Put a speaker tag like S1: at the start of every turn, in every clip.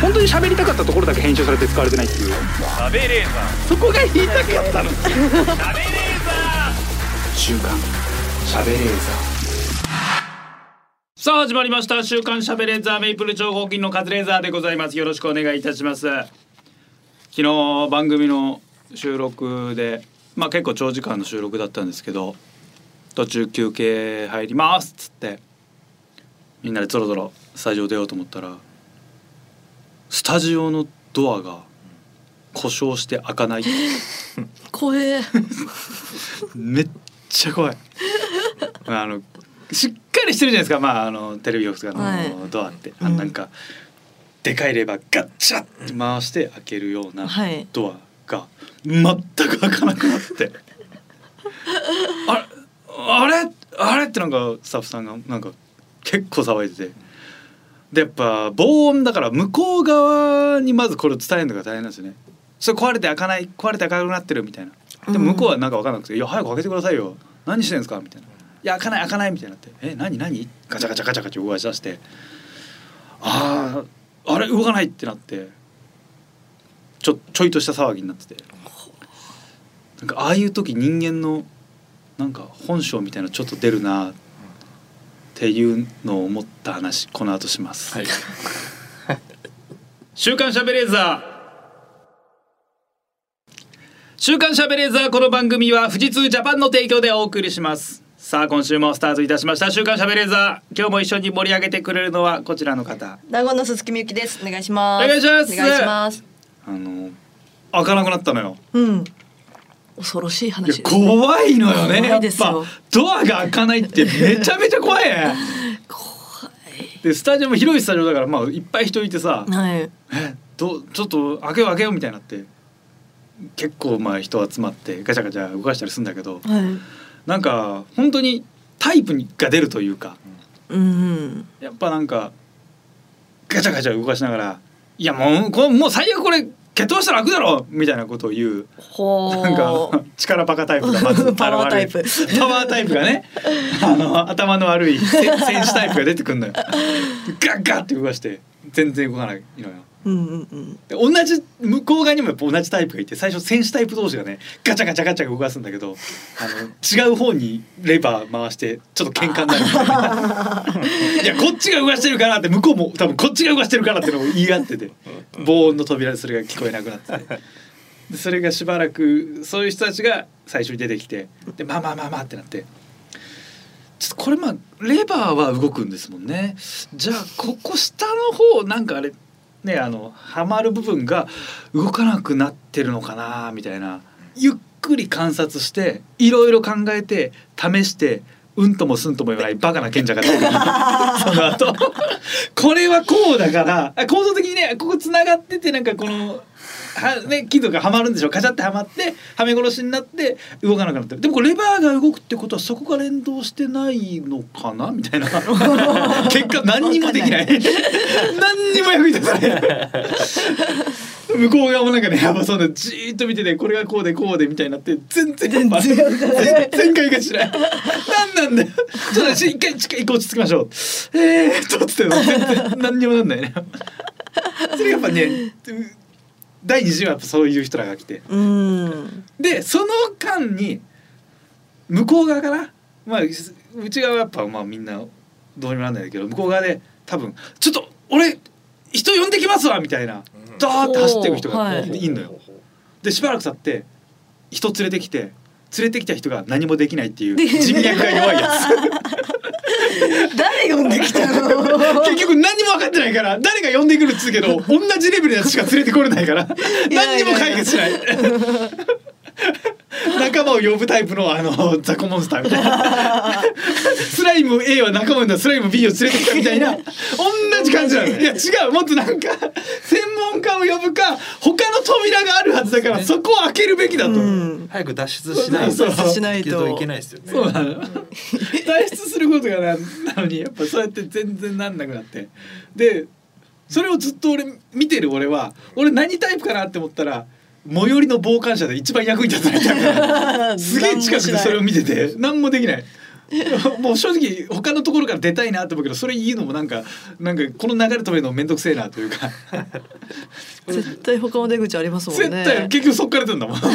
S1: 本当に喋りたかったところだけ編集されて使われてないっていう
S2: 食べレーザ
S1: そこが言いたかったの
S2: ー食べレーザ
S1: 週刊喋れー
S2: ーさあ始まりました週刊しゃべレーザーメイプル超合金のカズレーザーでございますよろしくお願いいたします昨日番組の収録でまあ結構長時間の収録だったんですけど途中休憩入りますっつってみんなでぞろぞろスタジオ出ようと思ったらスタジオのドアが故障して開かない
S3: 怖え
S2: めっちゃ怖いあのしっかりしてるじゃないですか、まあ、あのテレビ局とかの、
S3: はい
S2: ドアって、
S3: うん
S2: なんかでかいレバーガッチャって回して開けるような
S3: はい
S2: ドアが全く開かなくなって、あれあれあれってなんかスタッフさんがなんか結構騒いでて。でやっぱ防音だから向こう側にまずこれを伝えるのが大変なんですよね。それ壊れて開かない壊れて開かなくなってるみたいな。でも向こうはなんか分かんなくて「いや早く開けてくださいよ何してんですか?」みたいな「いや開かない開かない」みたいになって「え何何?」ガチャガチャガチャガチャ動かし出して「あああれ動かない」ってなってちょちょいとした騒ぎになっててなんかああいう時人間のなんか本性みたいなのちょっと出るなっていうのを思った話この後します。
S4: はい
S2: 週刊しゃべレーザー週刊しゃべレーザーこの番組は富士通ジャパンの提供でお送りしますさあ今週もスタートいたしました週刊しゃべレーザー今日も一緒に盛り上げてくれるのはこちらの方
S3: 名護の鈴木みゆきですお願いします
S2: お願いします
S3: お願いします
S2: あの開かなくなったのよ
S3: うん恐ろしい
S2: いや
S3: 話ですね
S2: 怖いのよねや
S3: 怖
S2: っ
S3: いです
S2: ぱ
S3: よ
S2: ドアが開かないってめちゃめちゃ怖い ねでスタジオも広いスタジオだからまあいっぱい人いてさ、
S3: はい
S2: えどうちょっと開けよう開けようみたいになって結構まあ人集まってガチャガチャ動かしたりするんだけど
S3: はい
S2: なんか本当にタイプが出るというか
S3: うん
S2: やっぱなんかガチャガチャ動かしながら「いやもうこもう最悪これ決闘したら開くだろ!」みたいなことを言う
S3: ほう
S2: なんか力バカタイプが まず現れる
S3: パワータイプ
S2: パワータイプがねあの頭の悪いせ選手タイプが出てくるのよ。ガッガッって動かして全然動かないのよ。
S3: うんうんうん
S2: で同じ向こう側にもやっぱ同じタイプがいて最初選手タイプ同士がねガチャガチャガチャ動かすんだけどあの違う方にレバー回してちょっと喧嘩になるみたいないやこっちが動かしてるからって向こうも多分こっちが動かしてるからってのを言い合ってて防音の扉でそれが聞こえなくなっててでそれがしばらくそういう人たちが最初に出てきてでまあまあまあまあってなって。ちょっとこれまあレバーは動くんですもんねじゃあここ下の方なんかあれねあのはまる部分が動かなくなってるのかなみたいなゆっくり観察していろいろ考えて試してうんともすんとも言わないバカな賢者が出てくるその後これはこうだからあ構造的にねここつながっててなんかこの。はね、金属がはまるんでしょカチャってはまってはめ殺しになって動かなくなってるでもこれレバーが動くってことはそこが連動してないのかなみたいな結果何にもできない何にも役に立たない向こう側もなんかねやばそうなじーっと見ててこれがこうでこうでみたいになって全然全然全然解決しない何なんだよちょっと一回一回一個落ち着きましょうえーっとつって全然何にもなんないねそれやっぱね第2次はやっぱそういう人らが来て
S3: うん
S2: でその間に向こう側からまあす内側はやっぱまあみんなどうにもなんないけど向こう側で多分「ちょっと俺人呼んできますわ」みたいな
S4: うん
S2: ダーって走っていく人
S3: おー
S2: が
S3: はい
S2: いんのよ。でしばらく経って人連れてきて連れてきた人が何もできないって いう人脈が弱いやつ。
S3: 誰呼んできたの
S2: 結局何も分かってないから誰が呼んでくるっつうけど同じレベルのやつしか連れてこれないから
S3: いや
S2: 何にも解決しない 仲間を呼ぶタイプのあの雑魚モンスターみたいな スライム A は仲間なんだスライム B を連れてきたみたいな同じ感じなのいや違うもっとなんか専門家を呼ぶか他の扉があるはずだからそこを開けるべきだと、
S3: うん
S4: 早く脱出しない
S2: そう
S4: と
S2: そう脱出
S3: しないと
S4: いけないですよね。
S2: そうなの退出することがななのにやっぱそうやって全然なんなくなってでそれをずっと俺見てる俺は俺何タイプかなって思ったら最寄りの傍観者で一番役に立たないタイプだすげえ近くでそれを見てて何もできないもう正直他のところから出たいなと思うけどそれ言うのもなんかなんかこの流れ止めるの面倒くせえなというか、
S3: 絶対他の出口ありますもん
S2: 絶
S3: ね
S2: 対結局そっから出るんだもん。そう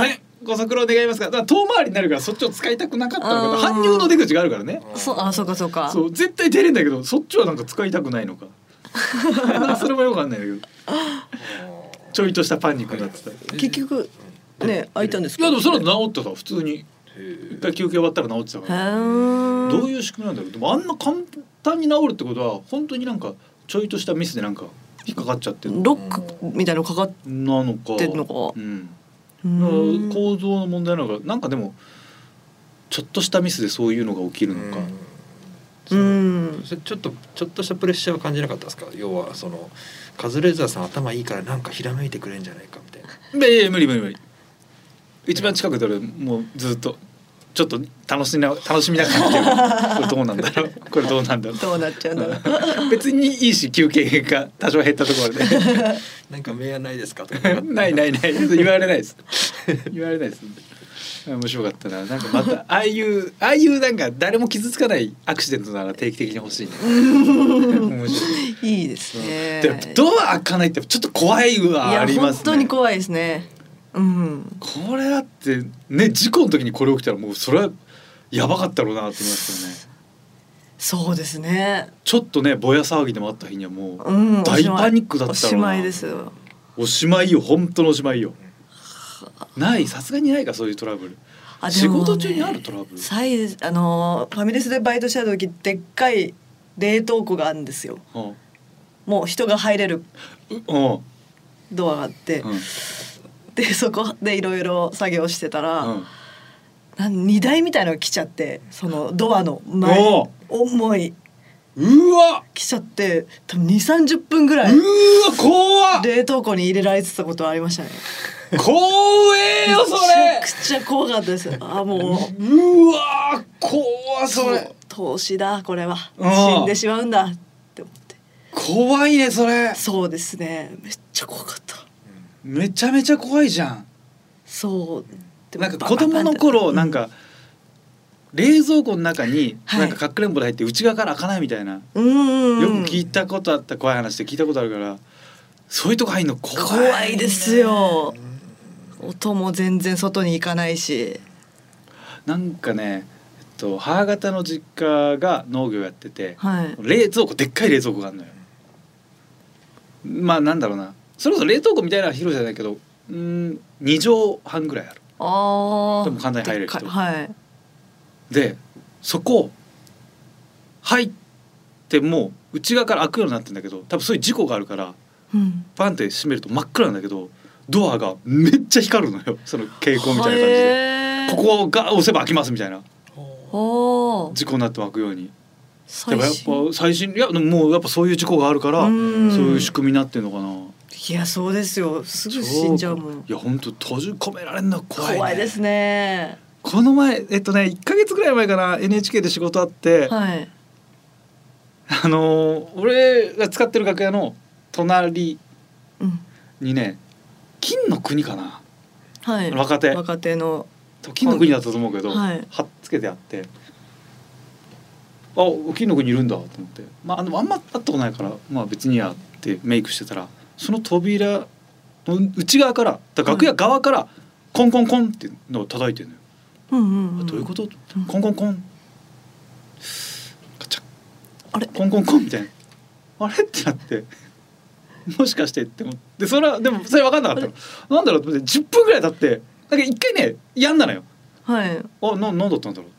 S2: ねご足労願いますがだから遠回りになるからそっちを使いたくなかったのか
S3: あー
S2: 搬入の出口があるからね
S3: そうあそうかそうか
S2: そう絶対出れんだけどそっちはなんか使いたくないのか それもよくわかんないんだけどちょいとしたパニックになってた。
S3: 結局ね開いたんです
S2: い
S3: か
S2: やでもそれは治ってた普通に一
S4: へ
S2: 回休憩終わったら治ってたから
S3: ど
S2: どういう仕組みなんだろうでもあんな簡単に治るってことは本当になんかちょいとしたミスでなんか引っかかっちゃってる
S3: ロックみたいなのかかっ
S2: なのか
S3: てんのか
S2: うん、
S3: う
S2: だから
S3: ん
S2: 構造の問題なのかなんかでもちょっとしたミスでそういうのが起き
S4: え
S2: るのか、
S3: うん
S4: それちょっとちょっとしたプレッシャーは感じなかったですか要はそのカズレーザーさん頭いいからなんかひらめいてくれんじゃないかみたいな
S2: ういやいや無理無理無理一番近くで俺もうずっとちょっと楽しみな楽しみながら見てるこれどうなんだろ うこれどうなんだろう
S3: どうなっちゃうんだろう
S2: 別にいいし休憩が多少減ったところで
S4: なんか名案ないですかとか
S2: ないないない言われないです言われないですあ面白かったななんかまたああいうああいうなんか誰も傷つかないアクシデントなら定期的に欲し いね面白い
S3: いいですね
S2: でもドア開かないってちょっと怖い
S3: い
S2: は
S3: や
S2: ありますね
S3: 本当に怖いですねうん
S2: これだってね事故の時にこれ起きたらもうそれはやばかったろうなと思いますよね
S3: そうですね
S2: ちょっとねぼや騒ぎでもあった日にはもう
S3: うん
S2: 大パニックだったろうな
S3: おしまいですよ
S2: おしまいよ本当のおしまいよないさすがにないかそういうトラブル
S3: あで
S2: 仕
S3: もね
S2: 事中にあるトラブル
S3: サイズあのーファミレスでバイトした時でっかい冷凍庫があるんですよ
S2: うん
S3: もう人が入れる
S2: ううん
S3: ドアがあって、
S2: うん
S3: でそこでいろいろ作業してたら、
S2: うん
S3: なん荷台みたいのが来ちゃってそのドアの前
S2: お
S3: 重いう
S2: わ
S3: 来ちゃって多分2 3 0分ぐらいう
S2: わ怖っ
S3: 冷凍庫に入れられてたことありましたね
S2: 怖えよそれ
S3: めちゃくちゃ怖かったですあもう
S2: うわ怖それ
S3: 投資だこれは
S2: うん
S3: 死んでしまうんだって思って
S2: 怖いねそれ
S3: そうですねめっちゃ怖かった
S2: めちゃめちゃ怖いじゃん
S3: そうでも
S2: なんか子供の頃なんか冷蔵庫の中に
S3: はい
S2: なんかかくれんぼで入って内側から開かないみたいなよ
S3: うんうん
S2: く
S3: うん
S2: 聞いたことあった怖い話で聞いたことあるからそういうとこ入んの怖い
S3: 怖いですよ音も全然外に行かないし
S2: なんかね、えっと、母方の実家が農業やってて
S3: はい
S2: 冷蔵庫でっかい冷蔵庫があるのよまあなんだろうなそれこそ冷凍庫みたいな広さじゃないけどうん2畳半ぐらいある
S3: ああ
S2: でも簡単に入れる人
S3: はい
S2: でそこ入ってもう内側から開くようになってんだけど多分そういう事故があるから
S3: うん
S2: パンって閉めると真っ暗なんだけどドアがめっちゃ光るのよその蛍光みたいな感じで
S3: へ
S2: こ
S3: ー
S2: こが押せば開きますみたいな
S3: おー
S2: 事故になっても開くようにでも
S3: 最
S2: やっぱ最新いやでももうやっぱそういう事故があるから、
S3: うん
S2: そういう仕組みになってるのかない
S3: やそうですよすぐ死んじゃうもん
S2: いや本当閉じ込められんの怖い、ね、
S3: 怖いですね
S2: この前えっとね1か月ぐらい前かな NHK で仕事あって、
S3: はい
S2: あのー俺が使ってる楽屋の隣
S3: うん
S2: にね金の国かな
S3: はい
S2: 若手
S3: 若手の
S2: 金の国だったと思うけど、
S3: はい
S2: はっつけてあってあ金の国いるんだと思って、まあ、あのあんま会ったことないから、まあ、別にやってメイクしてたらその扉の内側からだから楽屋側からコンコンコンってのを叩いてるのよ。
S3: うんうん
S2: あ
S3: ん
S2: どういうこと、
S3: うん
S2: コンコンコンガチャ
S3: あれ
S2: コンコンコンみたいなあれってなってもしかしてって思ってそれはでもそれ分かんなかったのなんだろうと思って10分ぐらい経ってなんか一回ねやんだのよ
S3: はい
S2: あななんだったんだろう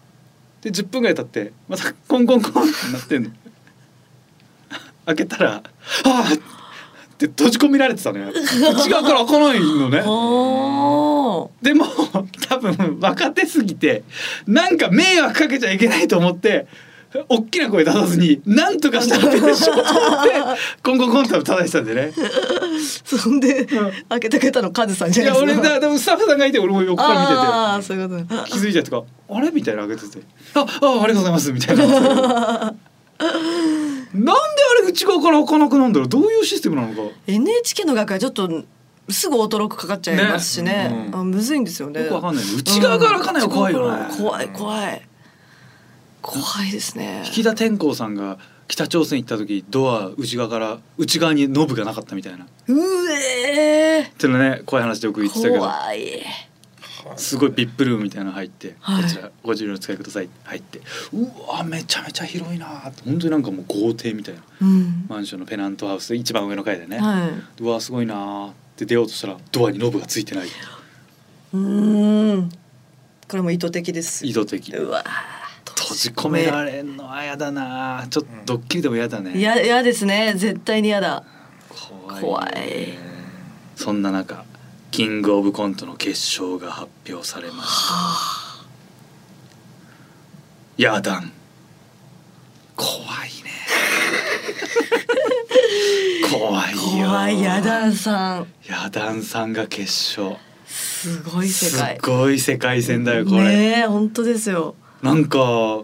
S2: で10分ぐらい経ってまたコンコンコンってなってんの開けたら「あーって閉じ込められてたのよ 内側から開かないのね
S3: おー
S2: でも多分若手すぎてなんか迷惑かけちゃいけないと思って大きな声出さずになんとかして開けてしようと思って コンコンコンって叩いてたんでね。
S3: そん
S2: う
S3: で
S2: ん
S3: 開けてくれたのカズさんじ
S2: い
S3: ゃな
S2: や
S3: いで
S2: 俺
S3: すか
S2: だでもスタッフさんがいて俺も横から
S3: ああ
S2: 見てて
S3: そういうこと
S2: 気づいちゃってか「あれ?」みたいな開けてて「ああありがとうございます」みたいな。 なんであれ内側から開かなくなんだろうどういうシステムなのか
S3: NHK の楽屋ちょっとすぐ驚くかかっちゃいますしね
S2: ねうん
S3: あむずいんですよね
S2: よくわかんないね内側から開かないの怖いよね
S3: うん内側から怖い怖い怖いですね
S2: 引田天功さんが北朝鮮行った時ドア内側から内側にノブがなかったみたいなっ
S3: うえ
S2: ていうのね怖い話でよく言ってたけど
S3: 怖い
S2: すごい VIP ルームみたいなの入って、
S3: はい
S2: こちらご自由にお使いください入ってうわめちゃめちゃ広いなーって本当になんかもう豪邸みたいな
S3: うん
S2: マンションのペナントハウス一番上の階でね、
S3: はいう
S2: わすごいなーって出ようとしたらドアにノブがついてないう
S3: ーんこれも意図的です
S2: 意図的
S3: うわ
S2: 閉じ込められんのはやだなーちょっとドッキリでもやだね、
S3: いやいやですね絶対にやだ
S2: 怖い
S3: 怖い
S2: そんな中キングオブコントの決勝が発表されましたやだん怖い ね怖いよ
S3: 怖いやだんさん
S2: やだんさんが決勝
S3: すごい世
S2: すっ
S3: 界
S2: ごい世界戦だよこれ、
S3: ねえ本当ですよ
S2: なんか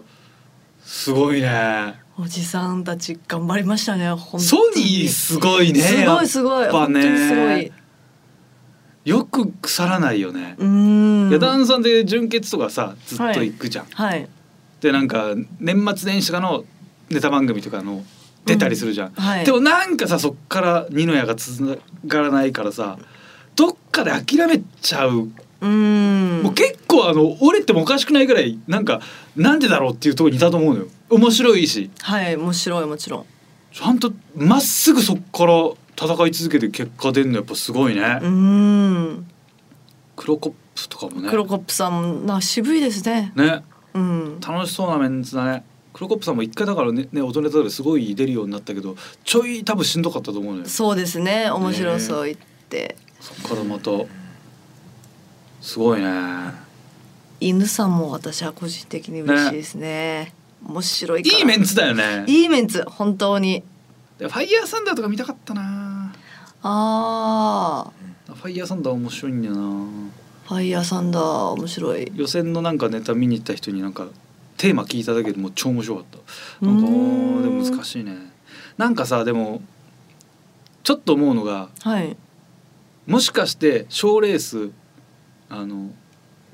S2: すごいね
S3: おじさんたち頑張りましたね本当に
S2: ソニーすごいね
S3: すごいすごい
S2: やっぱ
S3: 本当
S2: ね
S3: にすごい
S2: よく腐らないよね
S3: うーん
S2: ヤダンさんで純潔とかさずっと行くじゃん、
S3: はい
S2: でなんか年末年始とかのネタ番組とかの出たりするじゃん、
S3: はい
S2: でもなんかさそっから二の矢がつながらないからさどっかで諦めちゃう、
S3: うーん
S2: もう結構あの折れてもおかしくないぐらいなんかなんでだろうっていうところにいたと思うのよ面白いし
S3: はい面白いもちろん
S2: ちゃんとまっすぐそっから戦い続けて結果出るのやっぱすごいね、
S3: うーん
S2: クロコップとかもね
S3: クロコップさんな渋いですね
S2: ね
S3: うん
S2: 楽しそうなメンツだねクロコップさんも一回だからねね音ネタですごい出るようになったけどちょい多分しんどかったと思うのよそ
S3: そうですね面白そう言って
S2: っからまたすごいね
S3: 犬さんも私は個人的に嬉しいですね面白いから
S2: いいメンツだよね
S3: いいメンツ本当に
S2: でファイヤーサンダーとか見たかったな
S3: あ
S2: ファイヤーサンダー面白いんだよな
S3: ーファイヤーサンダー面白い
S2: 予選のなんかネタ見に行った人になんかテーマ聞いただけでもう超面白かったなんか
S3: うーん
S2: あーでも難しいねなんかさでもちょっと思うのが
S3: はい
S2: もしかして賞ーレースあの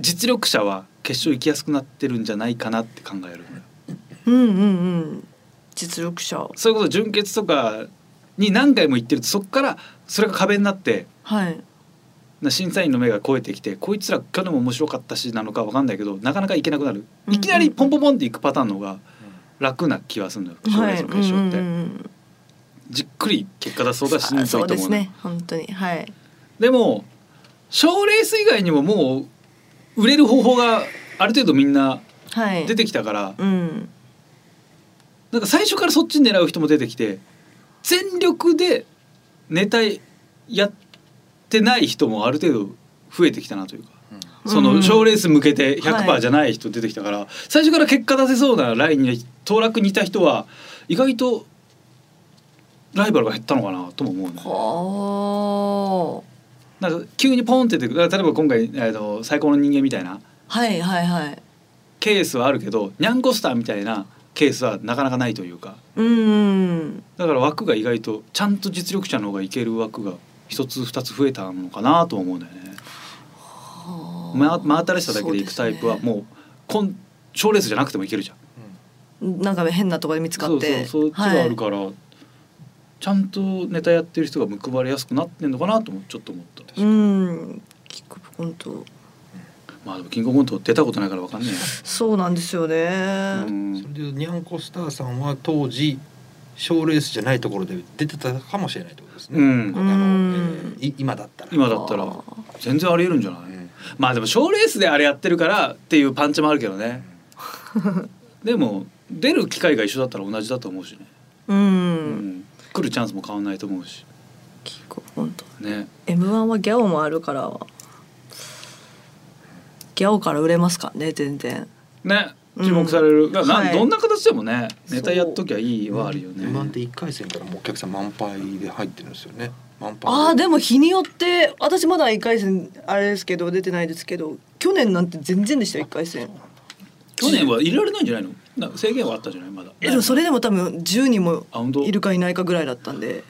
S2: 実力者は決勝行きやすくなってるんじゃないかなって考える
S3: うんうんうん実力者
S2: そういうこと純潔とかに何回も行ってるとそっからそれが壁になって
S3: はい
S2: な審査員の目が超えてきてこいつら去年も面白かったしなのか分かんないけどなかなか行けなくなる
S3: うん
S2: いきなりポンポンポンって行くパターンの方が楽な気はするのよ賞ー
S3: は
S2: レー
S3: い
S2: ス
S3: う
S2: の
S3: ん
S2: 決勝って、
S3: うんうん
S2: じっくり結果出そうがしんど
S3: あ
S2: いと
S3: そ
S2: 思
S3: う
S2: うの
S3: ですね本当にはい
S2: でも賞ーレース以外にももう売れる方法がある程度みんな
S3: はい
S2: 出てきたから、
S3: うん
S2: なんか最初からそっち狙う人も出てきて全力でネタやってない人もある程度増えてきたなというかそ
S3: うんう
S2: の
S3: ん
S2: 賞レース向けて
S3: は
S2: 100%
S3: い
S2: じゃない人出てきたから、最初から結果出せそうなラインに当落にいた人は意外とライバルが減ったのかなとも思うね。
S3: ほー
S2: なんか急にポンって出てくるだから例えば今回あの最高の人間みたいな
S3: はいはいはい
S2: ケースはあるけどニャンコスターみたいなケースはなかなかないというか。
S3: うんうん
S2: だから枠が意外とちゃんと実力者の方がいける枠が一つ二つ増えたのかなとは思うんだよね。
S3: はー
S2: ま、真新しさだけでいく
S3: そ
S2: タ
S3: う
S2: イ
S3: ですね
S2: プはもうこん賞レースじゃなくてもいけるじゃん。
S3: なんか変なところで見つか
S2: そ
S3: っ
S2: うそう
S3: て
S2: そうそっちがあるから、ちゃんとネタやってる人が報われやすくなってんのかなともちょっと思った。
S3: はい、うんキックオブコント
S2: まあでもキングオブコント出たことないからわかんね
S3: そうなんですよね、
S2: えや。う
S4: そ
S2: ん
S4: れでにゃんこスターさんは当時賞レースじゃないところで出てたかもしれないってことですね。
S2: うん
S4: あの
S3: うん
S4: えーい今だったら。
S2: 今だった
S3: あ
S2: ら
S3: ー
S2: 全然ありえるんじゃない。
S4: うん
S2: まあでも賞レースであれやってるからっていうパンチもあるけどね。でも出る機会が一緒だったら同じだと思うしね。
S3: う、
S2: うんん、来るチャンスも変わんないと思うし
S3: キックオブコント
S2: ね
S3: M1 はギャオもあるからギャオから売れますからね全然
S2: ね
S3: うん
S2: 注目される、がな
S3: はい
S2: どんな形でもね
S3: そう
S2: ネタやっときゃいいはあるよね、
S4: 今って一回戦からもうお客さん満杯で入ってるんですよね。満杯。
S3: あーで
S4: も。
S3: も日によって私まだ1回戦あれですけど出てないですけど去年なんて全然でしたよ1回戦
S2: 去年は入れられないんじゃないのな制限はあったじゃないまだ
S3: えでもそれでも多分10人も
S2: あ本当
S3: いるかいないかぐらいだったんで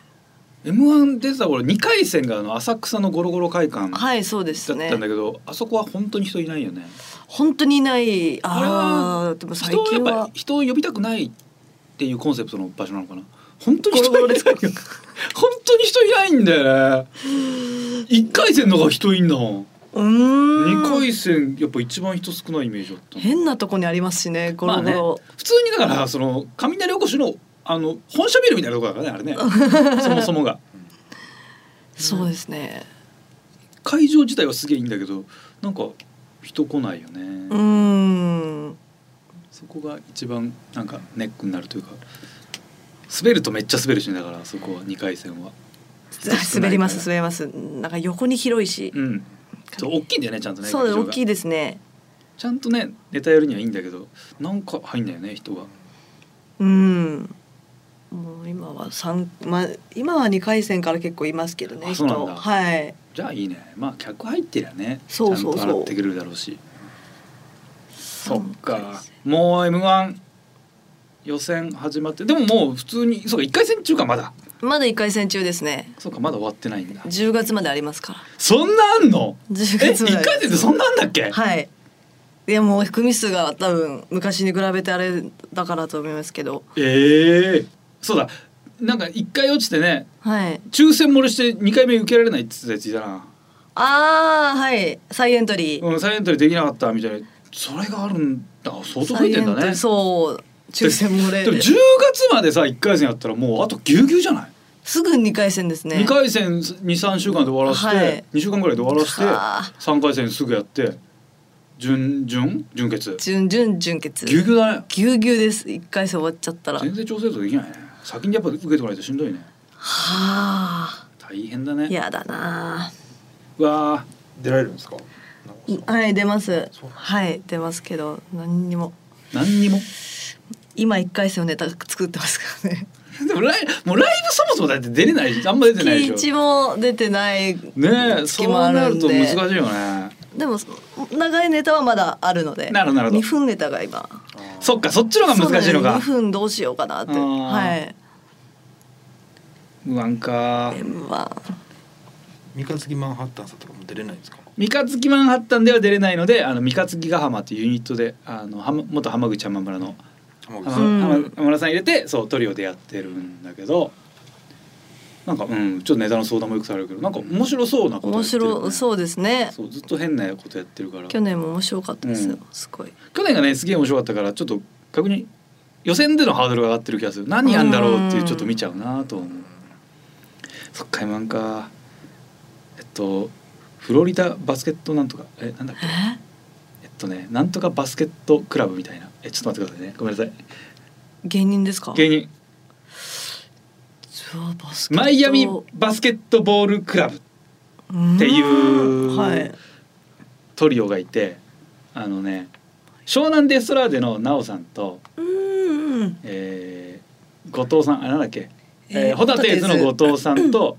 S2: M1 出てた頃2回戦があの浅草のゴロゴロ会館だっ
S3: はいそうです
S2: たん
S3: ね
S2: だけど、あそこは本当に人いないよね
S3: 本当にいない
S2: れは
S3: あーでも最
S2: 人をやっ
S3: 近は
S2: ぱ人を呼びたくないっていうコンセプトの場所なのかな本当に人い
S3: ゴロゴ
S2: な
S3: ロ
S2: い
S3: ですか
S2: 本当に人いないんだ よね1回戦の方が人いんだもん
S3: うーん
S2: 2回戦やっぱ一番人少ないイメージだったな
S3: 変なとこにありますしねゴロゴロ、
S2: まあね、普通にだからその雷おこしのあの本社ビルみたいなとこだからねあれ ねそもそもが
S3: そうですね
S2: 会場自体はすげえいいんだけどなんか人来ないよね、
S3: うーん
S2: そこが一番なんかネックになるというか滑るとめっちゃ滑るしねだからそこは2回戦は
S3: 滑ります滑りますなんか横に広いし、
S2: うんそう大きいんだよねちゃんとね
S3: そうです
S2: 会場
S3: 大
S2: が
S3: きいですね
S2: ちゃんとねネタやるにはいいんだけどなんか入んないよね人が
S3: うんもう今は三まあ今は二回戦から結構いますけどね
S2: あそうなんだ
S3: 人はい
S2: じゃあいいねまあ客入ってりゃね
S3: そうそうそう
S2: ちゃんと洗ってくれるだろうしそっ
S3: 三回
S2: かもう m 1予選始まってでももう普通にそうか1回戦中かまだ
S3: まだ一回戦中ですね
S2: そうかまだ終わってないんだ
S3: 10月までありますから
S2: そんなあんの
S3: 10
S2: え一
S3: 月まであります
S2: 回戦ってそんなんだっけ、
S3: はい。いやもう組数が多分昔に比べてあれだからと思いますけど、
S2: ええそうだなんか1回落ちてね
S3: はい。
S2: 抽選漏れして2回目受けられないって言ってたやついたな
S3: ああはい。再エントリー。
S2: うん再エントリーできなかったみたいなそれがあるんだ相当増えてんだ
S3: 再エントリ
S2: ね
S3: ーそう。抽選漏れ
S2: でも
S3: で
S2: 10月までさ1回戦やったらもうあとぎゅうぎゅうじゃない
S3: すぐ二回戦ですね。
S2: 2回戦23週間で終わらせて、
S3: はい
S2: 2週間ぐらいで終わらせて
S3: はあ
S2: 3回戦すぐやって準準準決
S3: 準準準決。
S2: ぎゅうぎゅうだね
S3: ぎゅうぎゅうです。一回戦終わっちゃったら。は
S2: 全然調整とかできないね先にやっぱ受けてもらないとしんどいね
S3: あ。
S2: 大変だね
S3: やだな
S2: うわ
S4: 出られるんですか。
S3: ー。はい出ます
S4: そうなんだ
S3: はい出ますけど何にも
S2: ー何にも
S3: 今一回戦のネタ作ってますからね。
S2: でもライもうライブそもそもだって出れないあんま出てないでし
S3: 一
S2: ょ
S3: も出てない
S2: ねえ
S3: 月
S2: そう
S3: もあ
S2: なる
S3: るんで
S2: と難しいよね
S3: でも長いネタはまだあるので
S2: なるほどなるほど
S3: 2分ネタが今
S2: そっかそっちの方が難しいのか
S3: 2分どうしようかなって
S2: あー
S3: はい
S2: 不安か
S3: M1
S4: 三日月マンハッタンさんとかも出れないんですか。
S2: 三日月マンハッタンでは出れないのであの三日月ヶ浜というユニットであの浜元浜口浜村の
S4: 浜口
S2: 浜
S4: さん
S3: うん
S2: 浜浜村さん入れてそうトリオでやってるんだけどなんかうんちょっとネタの相談もよくされるけどなんか面白そうなことや
S3: 面
S2: ってるよね、
S3: 白そうですね
S2: そうずっと変なことやってるから
S3: 去年も面白かったですよ
S2: うん
S3: すごい
S2: 去年がねすげえ面白かったからちょっと逆に予選でのハードルが上がってる気がする何やんだろうっていう
S3: うん
S2: ちょっと見ちゃうなと思うそっか今なんかえっとフロリダバスケットなんとかえなんだっけ
S3: え
S2: えっとねなんとかバスケットクラブみたいなえちょっと待ってくださいねごめんなさい
S3: 芸人ですか
S2: 芸人
S3: うわバスケット
S2: マイアミバスケットボールクラブっていう
S3: ーんはい
S2: トリオがいてあのね湘南デストラーデの奈緒さんと、
S3: うーん
S2: えー後藤さんあなんだっけ
S3: え
S2: え
S3: ー
S2: ー、ホタテーズの
S3: ホ
S2: 後藤さんと、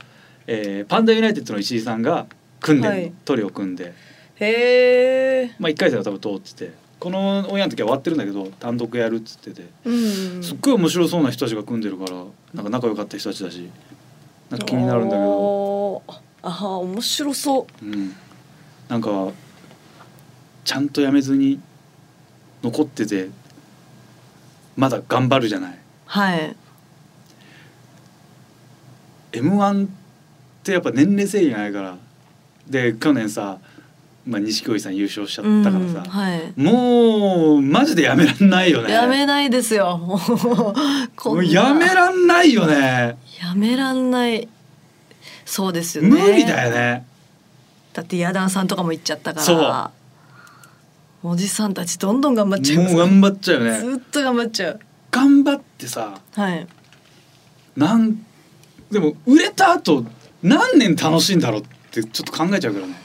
S2: えーパンダユナイテッドの石井さんが組んで、
S3: はい
S2: トリオ組んで、
S3: へえ
S2: まあ、1回戦は多分通っててこのオンエアの時は終わってるんだけど単独やるっつってて
S3: うん
S2: すっごい面白そうな人たちが組んでるからなんか仲良かった人たちだしなんか気になるんだけど、
S3: おーあー面白そう
S2: うん、なんかちゃんとやめずに残っててまだ頑張るじゃない。
S3: はい
S2: M1 ってやっぱ年齢制限ないからで去年さまあ、錦織さん優勝しちゃったから
S3: うん
S2: さ、
S3: はい
S2: もうマジでやめらんないよね
S3: やめないですよ。もうこん
S2: も
S3: な
S2: うやめらんないよね
S3: やめらんない。そうですよね。
S2: 無理だよ。ね
S3: だってヤダンさんとかも言っちゃったから。
S2: そ
S3: おじさんたちどんどん頑張っちゃいます
S2: もう頑張っちゃうよね
S3: ずっと頑張っちゃう。
S2: 頑張ってさ
S3: はい。
S2: なんでも売れた後何年楽しいんだろうってちょっと考えちゃうからね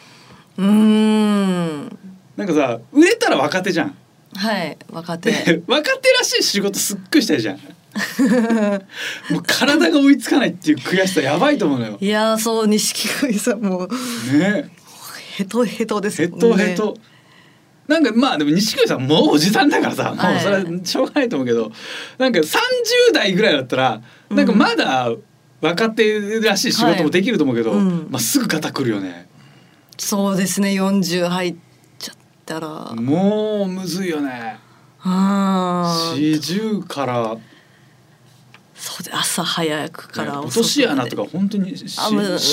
S3: うーん。
S2: なんかさ売れたら若手じゃん
S3: はい。若手。
S2: で若手らしい仕事すっごいしたい じゃんもう体が追いつかないっていう悔しさやばいと思うのよ
S3: いやーそう錦鯉さんもう
S2: ね
S3: ヘトヘトです
S2: ヘ
S3: もん
S2: トヘト、なんかまあでも錦鯉さんもうおじさんだからさ、
S3: は
S2: も
S3: いう
S2: それはしょうがないと思うけどなんか30代ぐらいだったらなんかまだ若手らしい仕事もできると思うけど、
S3: はいうん
S2: まあ、すぐ肩くるよね
S3: そうですね40入っちゃったらあ
S2: もうむずいよね
S3: あー
S2: 40から
S3: そうで朝早くから
S2: 落
S3: 遅
S2: と
S3: く
S2: し
S3: ま
S2: 穴
S3: で
S2: とか本当にし
S3: あもうは
S2: し
S3: い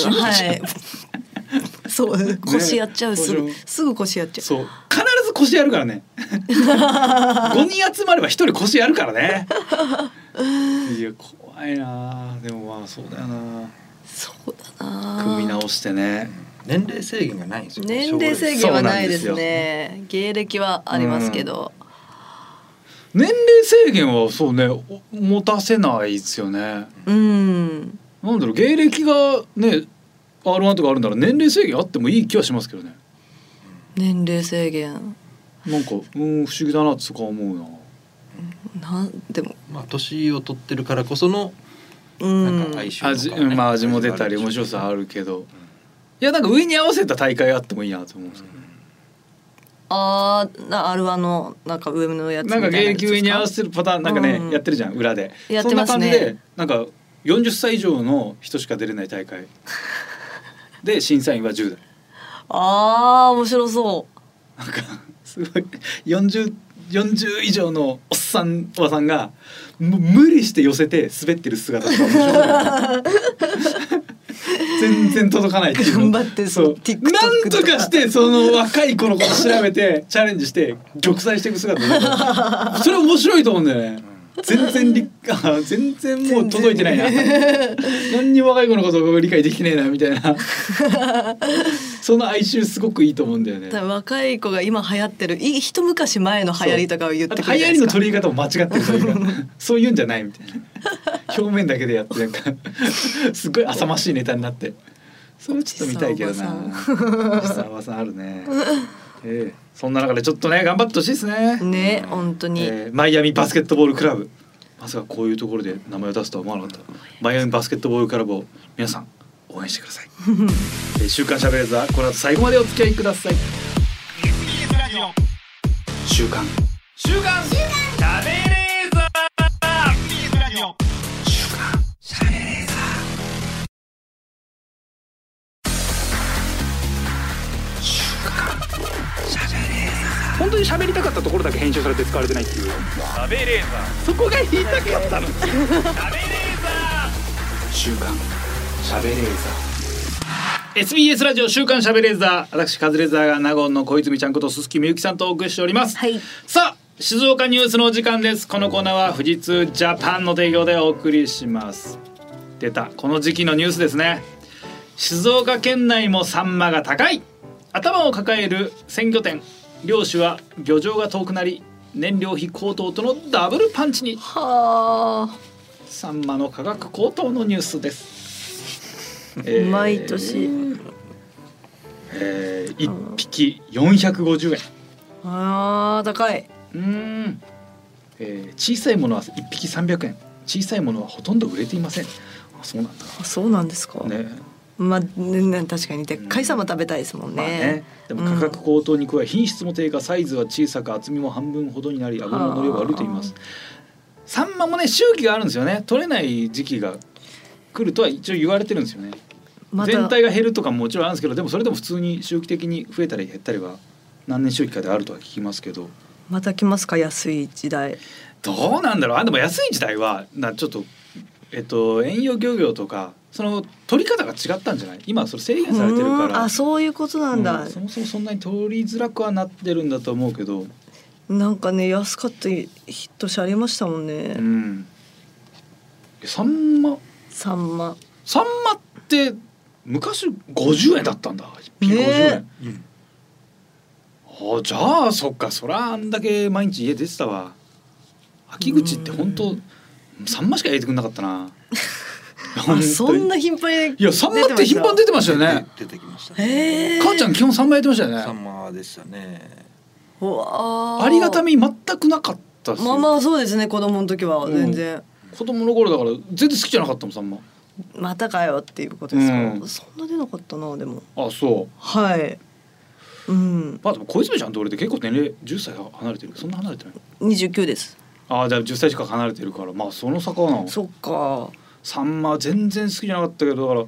S3: そう腰やっちゃう、す
S2: こ
S3: ぐ
S2: れ
S3: すぐ腰やっちゃう
S2: そう必ず腰やる からね5人集まれば1人腰やるからねいや怖いなあでもまあそうだよな
S3: そうだな
S2: 組み直してね
S4: 年齢制限がないんですよ
S3: 年齢制限はないで
S2: そ
S3: す
S2: うなん
S3: ね芸歴はありますけど、
S2: 年齢制限はそうねお持たせないですよね
S3: うん、
S2: なんだろう芸歴がね R1 とかあるなら年齢制限あってもいい気はしますけどね
S3: 年齢制限
S2: なんかうん不思議だなとか思うな
S3: なんでも、
S4: まあ年を取ってるからこその
S3: うん、
S4: なんか相性とか、ね
S2: 味うんまあ味も出たり面白さあるけど、いやなんか上に合わせた大会あってもいいなと思うんですけど、ね
S3: あーな R1 のなんか上のやつみた
S2: ないんか
S3: やつ
S2: 芸歴上に合わ
S3: で
S2: せるパターンなんかね、
S3: うん
S2: やってるじゃん裏で
S3: やってま
S2: そ
S3: すね
S2: んな感じでなんか40歳以上の人しか出れない大 会で審査員は10代
S3: すかあー面白そう
S2: なんかすごい40 40以上のおっさんおばさんがもう無理して寄せて滑ってる姿とか面白い全然届かないっていうの
S3: 頑張って
S2: そ
S3: そうう TikTok とか
S2: なんとかしてその若い子のこと調べ てチャレンジして玉砕していく姿なんかそれ面白いと思うんだよね全然理 あ全然もう届いてないな何にも若い子のことを理解できてねえなみたいなその哀愁すごくいいと思うんだよね
S3: 多分若い子が今流行ってるい一昔前の流行りとかを言って
S2: 流
S3: くるじゃ
S2: 行
S3: ない
S2: り
S3: で
S2: の
S3: すか
S2: 取り方も間違ってると いうかそういうんじゃないみたいな表面だけでやってなんか すごい浅ましいネタになってそれちょっと見たいけどな
S3: おじ
S2: おさんおばさんあるね、ええそんな中でちょっとね頑張ってほしいですね、
S3: ね本当に、
S2: ええマイアミバスケットボールクラブまさかこういうところで名前を出すとは思わなかったマイアミバスケットボールクラブを皆さん応援してください、ええ週刊しゃべれーこの後最後までお付き合いください
S1: 週刊
S2: 週刊
S1: 本当に喋りたかったところだけ編集されて使われてないっていうそこが言いたかったの週刊喋れーザ
S2: SBS ラジオ週刊しゃべれーザー私カズレーザーが名護の小泉ちゃんこと鈴木みゆきさんとお送りしております、
S3: はい
S2: さあ静岡ニュースのお時間ですこのコーナーは富士通ジャパンの提供でお送りします出たこの時期のニュースですね静岡県内もサンマが高い頭を抱える鮮魚店漁師は漁場が遠くなり燃料費高騰とのダブルパンチに
S3: はあ
S2: サンマの価格高騰のニュースです、
S3: 毎年
S2: えー、1匹450円
S3: あー高いう
S2: ーん、えー小さいものは1匹300円小さいものはほとんど売れていませんあそうなんだ
S3: あそうなんですか、
S2: ね
S3: まあ、ねね確かにでっかいサンマ食べたいですもん
S2: まあ
S3: ね
S2: ね,、でも価格高騰に加え品質も低下サイズは小さく厚みも半分ほどになり脂の量が悪いと言いますサンマもね周期があるんですよね取れない時期が来るとは一応言われてるんですよね
S3: また
S2: 全体が減るとかももちろんあるんですけどでもそれでも普通に周期的に増えたり減ったりは何年周期かであるとは聞きますけど
S3: また来ますか安い時代
S2: どうなんだろうあでも安い時代はなちょっとえっと遠洋漁業とかその取り方が違ったんじゃない今それ制限されてるか
S3: うーん
S2: ら
S3: あそういうことなんだ
S2: うん、そもそもそんなに取りづらくはなってるんだと思うけど、
S3: なんかね安かったヒットしありましたもんね、
S2: うん、えサンマ
S3: サンマ
S2: サンマって昔50円だったんだ一匹50円、
S3: ね
S4: うん
S2: あじゃあそっかそらあんだけ毎日家出てたわ秋口って本当サンマしか入れてくんなかった な
S3: あそんな頻繁に
S2: いやサンマって頻繁に出てましたよね
S4: 出てきましたね
S3: えー、
S2: 母ちゃん基本サンマやってました
S4: サ
S2: よね
S4: ンマでしたね
S3: うわー
S2: ありがたみ全くなかったっすよ
S3: まあまあそうですね子供の時は全然、
S2: 子供の頃だから全然好きじゃなかったもんサンマ
S3: またかよっていうことですか、
S2: うん
S3: そんな出なかったなでも
S2: あそう
S3: はいうん
S2: まあでも小泉ちゃんと俺って結構年齢10歳離れてるそんな離れてない
S3: 29です
S2: あじゃあ10歳近く離れてるからまあその差かな
S3: そっか
S2: サンマ全然好きじゃなかったけどだから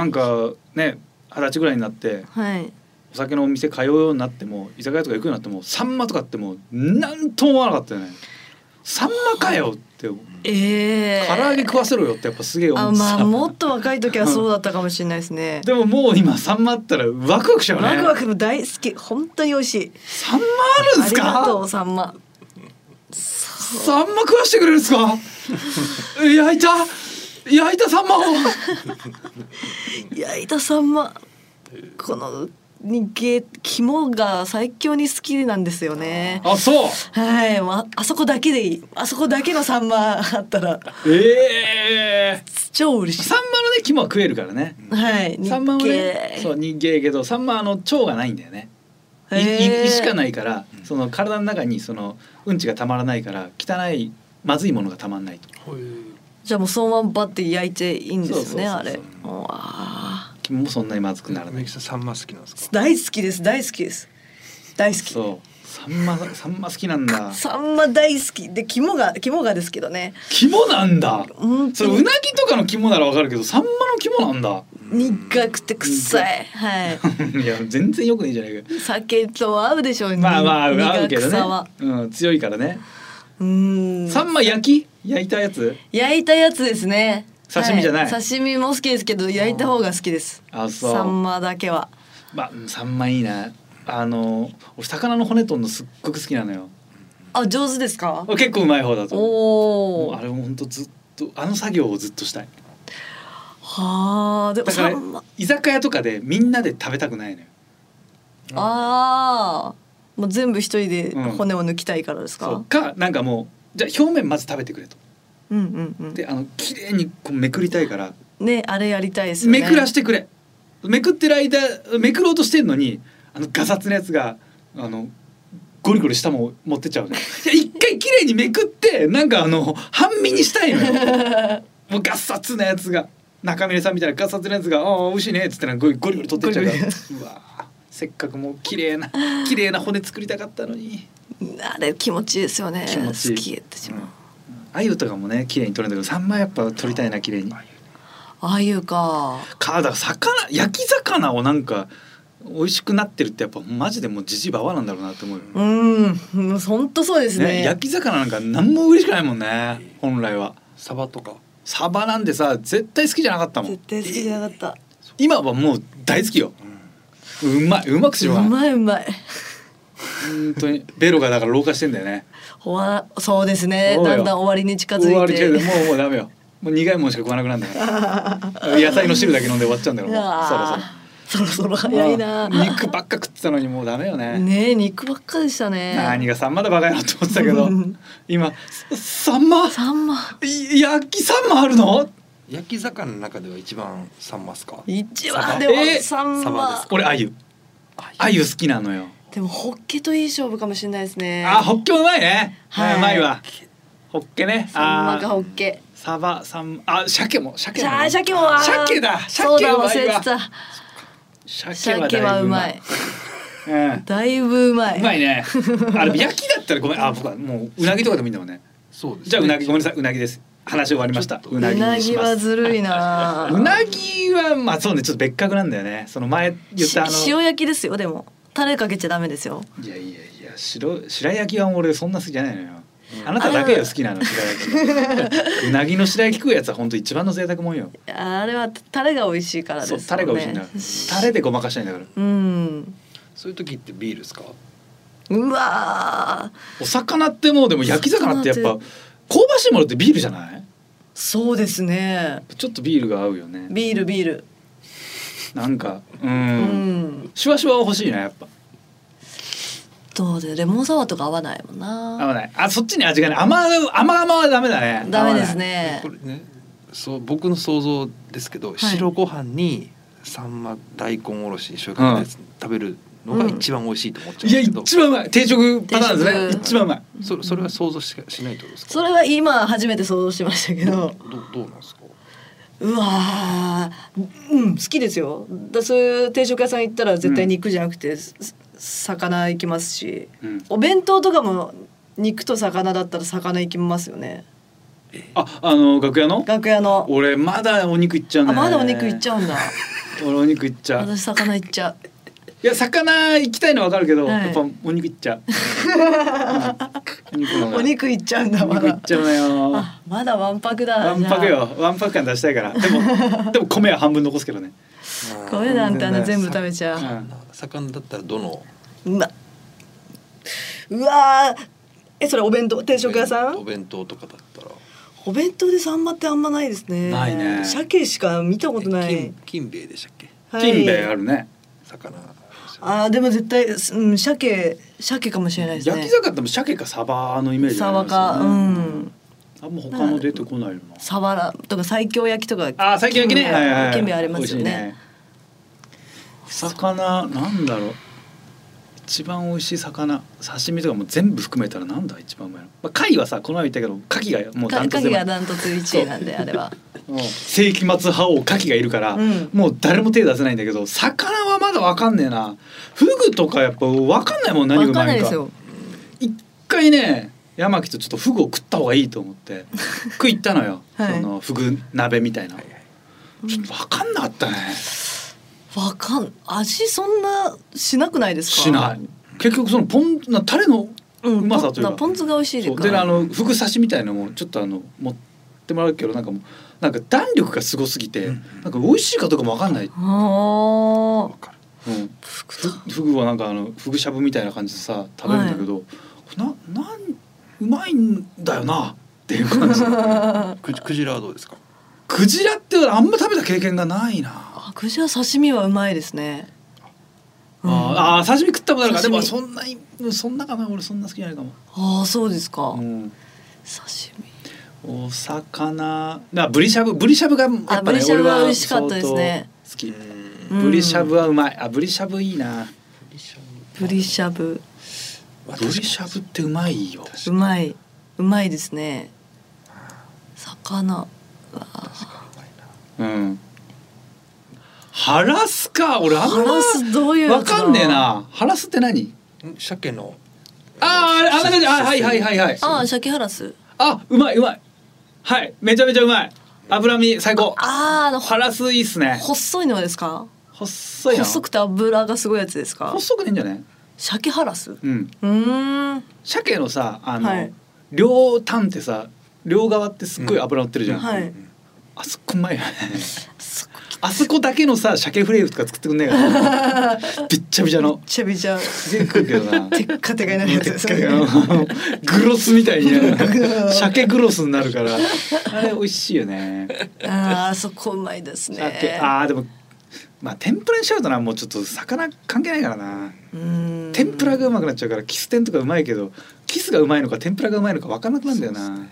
S2: なんかね二十歳ぐらいになって
S3: はい
S2: お酒のお店通うようになっても居酒屋とか行くようになってもサンマとかってもうなんとも思わなかったよねサンマかよって思う
S3: ええ
S2: 唐揚げ食わせろよってやっぱすげえ思
S3: あ
S2: って
S3: まあ
S2: た
S3: もっと若い時はそうだったかもしれないですね
S2: でももう今サンマあったらワクワクしちゃうね
S3: ワクワクも大好き本当に美味しい
S2: サンマあるん
S3: あ
S2: す
S3: りがと
S2: か
S3: うさんま
S2: サンマ食わしてくれるんすか焼いた焼いたサンマを
S3: 焼いたさんまこのにげ肝が最強に好きなんですよね
S2: あそう
S3: はいもうああそこだけでいいあそこだけのさんまあったら
S2: ええ
S3: 超嬉し
S2: サンマのね肝は食えるからね
S3: いはい
S2: サンマはね
S3: 日系
S2: そう人間やけどサンマはあの腸がないんだよねい
S3: へ
S2: い
S3: ー
S2: 胃しかないからその体の中にそのうんちがたまらないから汚いまずいものがたまんないと
S3: じゃあもうそのまんばって焼いていいんですよね
S2: そうそうそうそう
S3: あれうわ
S2: 肝もそんなにまずくならな
S4: みゆ
S2: い
S4: きさんサンマ好きなんですか
S3: ー大好きです大好きです大好き
S2: そうサンマサンマ好きなんだ
S3: サンマ大好きで肝が肝がですけどね
S2: 肝なんだ
S3: うん
S2: それうなぎとかの肝ならわかるけどサンマの肝なんだ
S3: 苦くて臭いはい
S2: いや全然よくないじゃないか
S3: 酒と合うでしょうね
S2: まあまあ合うけど
S3: 苦
S2: ね
S3: さは、
S2: うん、強いからね
S3: うーん
S2: サンマ焼き焼いたやつ
S3: 焼いたやつですね
S2: 刺身じゃない
S3: は刺身も好きですけど焼いた方が好きです
S2: あそう
S3: サンマだけは
S2: まあ、うんサンマいいな。あの、俺魚の骨とんのすっごく好きなのよ。
S3: あ上手ですか
S2: 俺結構うまい方だと思う。
S3: お
S2: もう
S3: お
S2: あれも本当ずっと、あの作業をずっとしたい。
S3: はあでも
S2: だか
S3: サ
S2: ら
S3: ンマ、
S2: 居酒屋とかで、みんなで食べたくないのよ。
S3: ああもう全部一人で
S2: うん
S3: 骨を抜きたいからです
S2: そ
S3: か
S2: う、か、なんかもう、じゃ、あ表面まず食べてくれと。
S3: うんうんうん
S2: で、あの、綺麗にこうめくりたいから、
S3: ねあれやりたいですよね
S2: めくらしてくれ。めくってる間、めくろうとしてんのに、あのガサツのやつが、あの。ゴリゴリ下も持ってっちゃうね。 いや一回綺麗にめくって、なんかあの半身にしたいのよ。 もうガッサツなやつが中峰さんみたいなガッサツなやつが「ああ美味しいね」っつってなんかゴリゴリゴリ取ってっちゃうからうわーせっかくもう綺麗な綺麗な骨作りたかったのに
S3: あれ気持ちいいですよね
S2: 気持ちいい
S3: 好き私も
S2: あゆとかもね綺麗に取れるんだけどサンマやっぱ取りたいな綺麗に
S3: ああいうか
S2: かだから魚焼き魚をなんか美味しくなってるってやっぱマジでもうじじばばなんだろうなって思うよ、
S3: うんもう本当そうです
S2: ね
S3: ね
S2: 焼き魚なんか何も嬉しくないもんね本来は
S4: サバとか
S2: サバなんてさ絶対好きじゃなかったもん
S3: 絶対好きじゃなかった
S2: 今はもう大好きようまいうまくしようが
S3: う
S2: ない
S3: まいうまい
S2: 本当にベロがだから老化してんだよね。
S3: ほわそうですね
S2: そうよ
S3: だんだん終わりに近づ
S2: 終わ
S3: い
S2: りけど
S3: て
S2: もうもうダメよ。もう苦いもんしか食わなくなるんだから。野菜の汁だけ飲んで終わっちゃうんだか
S3: う
S2: らもう。そろ
S3: わそろそろ
S2: そろ。
S3: 早いな
S2: うん肉ばっか食ってたのにもうダメよね。
S3: ねえ肉ばっかでしたね
S2: 何がサンマだバカやろって思ってたけど
S3: うん、
S2: 今サンマ
S3: サンマ
S2: い焼きサンマあるの？
S4: 焼き魚の中では一番サンマっすか
S3: 一
S2: サ
S3: 番
S2: バ
S3: でも
S2: えー
S3: サン
S4: サバで
S3: マ
S4: す
S2: 俺アユ。アユ好きなのよ。
S3: でもホッケといい勝負かもしれないですね
S2: あホッケうまいね。
S3: はい
S2: あうまいわ。ホッケね。
S3: サンマ
S2: あ
S3: かホッケ
S2: ーサバサンあ鮭も鮭
S3: じ
S2: もね
S3: ゃあ鮭もあー
S2: 鮭だ
S3: そう
S2: 鮭
S3: だ
S2: うま
S3: 忘
S2: い
S3: れ
S2: わ
S3: て。た鮭
S2: だ
S3: はい
S2: ぶ
S3: うまい
S2: うん
S3: だいぶうまいう
S2: まい ね。あれ焼きだったらごめん。あ僕はもううなぎとかでもいいんだもんね。
S4: そうですね
S2: じゃあうなぎごめんなさいうなぎです。話終わりました。う
S3: う
S2: なぎ
S3: な
S2: にし
S3: ぎ
S2: ま
S3: は
S2: す。
S3: ずるい な
S2: うなぎはまあそうねちょっと別格なんだよね。その前言ったあの
S3: し塩焼きですよでもタレかけちゃダメですよ
S2: いやいやいや白白焼きは俺そんな好きじゃないのよ。あなただけよ好きなの白焼 き。うなぎの白焼き食うやつは本当一番の贅沢もんよ。
S3: あれはタレが美味しいからです
S2: そう
S3: よね
S2: タレが美味しいんだから。タレでごまかしたいんだから。
S3: うん
S4: そういう時ってビールですか
S3: うわー
S2: お魚ってもうでも焼き魚ってやっぱ
S3: 魚
S2: 香
S3: って
S2: ばしいものってビールじゃない？
S3: そうですね
S2: ちょっとビールが合うよね。
S3: ビールビール
S2: なんか
S3: うん、
S2: うんシュワシュワは欲しいなやっぱ
S3: どうでレモンサワーとか合わないもんな
S2: 合わないあそっちに味がね甘甘々はダメだね
S3: ダメです
S4: ね
S3: ね
S4: これねそう僕の想像ですけど、
S3: い
S4: 白ご飯にサンマ大根おろし醤油かけたやつ食べるのが一番美味しいと思っちゃ
S2: いや
S4: うんですけど、
S2: 一番うまい定食パターンです
S3: 定
S2: ね
S3: 食
S2: 一番うまい
S4: そそれは想像しかしないってことですか
S3: それは今初めて想像しましたけど
S4: どどうなんですか
S3: うわーうん好きですよだそういう定食屋さん行ったら絶対肉じゃなくて、す魚行きますし
S2: うん
S3: お弁当とかも肉と魚だったら魚行きますよね
S2: ああの楽屋の
S3: 楽屋の
S2: 俺まだお肉いっちゃう
S3: あ
S2: ね
S3: まだお肉いっち
S2: ゃ
S3: ゃうんだ
S2: う俺お肉いっちゃう
S3: 私魚いっちゃう
S2: いや魚行きたいのはわかるけど、
S3: はい
S2: やっぱお肉いっちゃ うお肉の方が
S3: お肉いっちゃうんだ
S2: お
S3: ま
S2: 肉いっ
S3: だ
S2: ちゃうなよ
S3: あまだわんぱくだ
S2: わんぱくよわんぱく感出したいからで もでも米は半分残すけどね
S3: 米なんてあの全部食べちゃ
S2: う
S3: うん
S4: 魚だったらどの
S3: うまうわーえそれお弁当定食屋さ
S4: お
S3: ん
S4: 弁当とかだったら
S3: お弁当でサンマってあんまないですね
S2: ないね
S3: 鮭しか見たことな
S4: え
S3: い
S4: 金金兵衛でしたっけ
S3: はい
S2: 金兵衛あるね
S4: 魚
S3: あーでも絶対、うん、鮭鮭かもしれないですね
S2: 焼き魚っても鮭かサバのイメージあ
S3: サ
S2: り
S3: バ
S2: ますよ
S3: かう
S2: ね
S3: ん
S2: あんま他の出てこないよな
S3: サワラとか西京焼きとか
S2: あー最近焼きね
S3: 金兵衛
S2: はいはいはい
S3: 金兵衛ありますよね
S2: 魚なんだろう一番美味しい魚刺身とかも全部含めたらなんだ一番うまいの、まあ、貝はさこの前言ったけど牡蠣がもうダ
S3: か
S2: ントツ
S3: 牡
S2: で
S3: 蠣
S2: うま
S3: が
S2: い
S3: ダントツ1位なんであれは
S2: うん世紀末派王牡蠣がいるから、
S3: うん
S2: もう誰も手出せないんだけど魚はまだわかんねえなフグとかやっぱわかんないもん何が
S3: 分
S2: う
S3: かん
S2: ま
S3: ない
S2: い
S3: で
S2: の
S3: す
S2: か
S3: よ
S2: 一回ね山木とちょっとフグを食った方がいいと思って 食い行ったのよ、
S3: はい
S2: そのフグ鍋みたいな、
S4: はいはい
S2: ちょっとわかんなかったね
S3: わかん味そんなしなくないですか
S2: しない結局そのポンなタレの
S3: うん、
S2: うまさというか
S3: ポンポン酢が美味しい
S2: そ
S3: です
S2: う
S3: か
S2: であのふぐ刺しみたいのもちょっとあの持ってもらうけどなんかもうなんか弾力がすごすぎて、
S4: うん
S2: なんか美味しいかどうかもわかんない、
S3: あー
S2: うん、
S3: ふくだ
S2: ふぐはなんかあのふぐしゃぶみたいな感じでさ食べるんだけど、ななんうまいんだよなっていう感じ
S4: クジクジラはどうですか
S2: クジラってあんま食べた経験がないな、
S3: あ、クジラ刺身はうまいですね。うんあ
S2: あーあー刺身食ったことあるからで
S3: 刺身
S2: もそんなにうんそんなかな俺そんな好きじゃないかも、
S3: ー、そうですか。
S2: う
S3: 刺
S2: ん
S3: 身。
S2: お魚なブリしゃぶブリしゃぶがやっぱ
S3: あ、
S2: ね
S3: ブリシャブは
S2: 俺
S3: 美味しかったですね。
S2: 相当好き、
S4: うん
S3: うん
S2: ブリしゃぶはうまいあブリしゃぶいいな
S3: ブリシャブ、
S2: ブリしゃぶってうまいよ
S3: うまい、うまいですね。魚。
S2: うんハラスか俺あん
S3: ハラ
S2: ま
S3: スどういうや
S2: わ
S3: つだ
S2: かんねえ。なハラスって何
S4: ん鮭の
S2: あーあれあれあれあはいはいはいはい
S3: あー、シャケハラス。
S2: あうまいうまいはいめちゃめちゃうまい脂身最高
S3: あーあの、
S2: ハラスいいっすね
S3: 細いのですか。
S2: 細いの
S3: 細くて油がすごいやつですか。
S2: 細くねえんじゃない
S3: シャケハラス。う
S2: うん
S3: ーん。
S2: 鮭のさあの、
S3: はい
S2: 両端ってさ両側ってすっごい油乗ってるじゃん、
S3: はい
S2: あそこうまいよね
S3: すっごい
S2: あそこだけのさ鮭フレークとか作ってくんねえかな びっちゃびちゃの
S3: びちゃびちゃ。
S2: すげえ食うけ どな
S3: テッカテカになるやつですよね。
S2: グロスみたいにな る鮭グロスになるからあれ美味しいよね
S3: ああ、そこうまいです
S2: 鮭
S3: ね。
S2: あーでもまあ天ぷらにしちゃうとなもうちょっと魚関係ないからな
S3: うん
S2: 天ぷらがうまくなっちゃうからキス天とかうまいけどキスがうまいのか天ぷらがうまいのか分からなくなるんだよな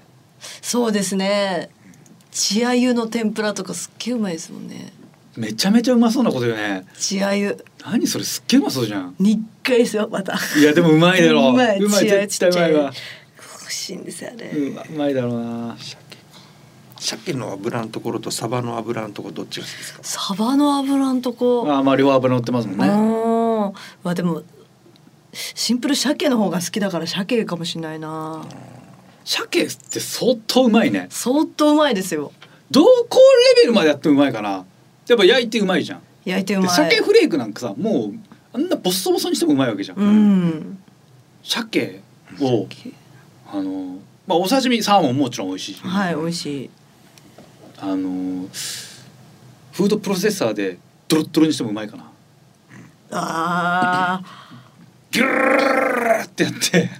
S3: そうですね血あゆの天ぷらとかすっげえうまいですもんね
S2: めちゃめちゃうまそうなことよね
S3: 血あゆ
S2: 何それすっげえうまそうじゃん
S3: 日回ですよまた
S2: いやでもうまいだろ
S3: うまい
S2: 絶
S3: 血あゆ
S2: 対
S3: ちっ
S2: う
S3: ち
S2: ま
S3: ゃい
S2: いわ
S3: 欲しいんですよね、
S2: うんうまいだろうな
S4: 鮭の油のところとサバの油のところどっちが好きですか
S3: サバの油んとこ
S2: あーまあ両油乗ってますもん
S3: う
S2: ね
S3: んまあでもシンプル鮭の方が好きだから鮭かもしれないな
S2: 鮭って相当うまいね
S3: 相当うまいですよ
S2: 同行レベルまでやってもうまいからやっぱ焼いてうまいじゃん
S3: 焼いてう
S2: で
S3: まい
S2: 鮭フレークなんかさもうあんなボッソボソにしてもうまいわけじゃん、
S3: うん
S2: 鮭をあのまあお刺身サーモンももちろん美味しいし、
S3: はい美味しい
S2: あのフードプロセッサーでドロッドロにしてもうまいかな
S3: ああ
S2: ギューってやって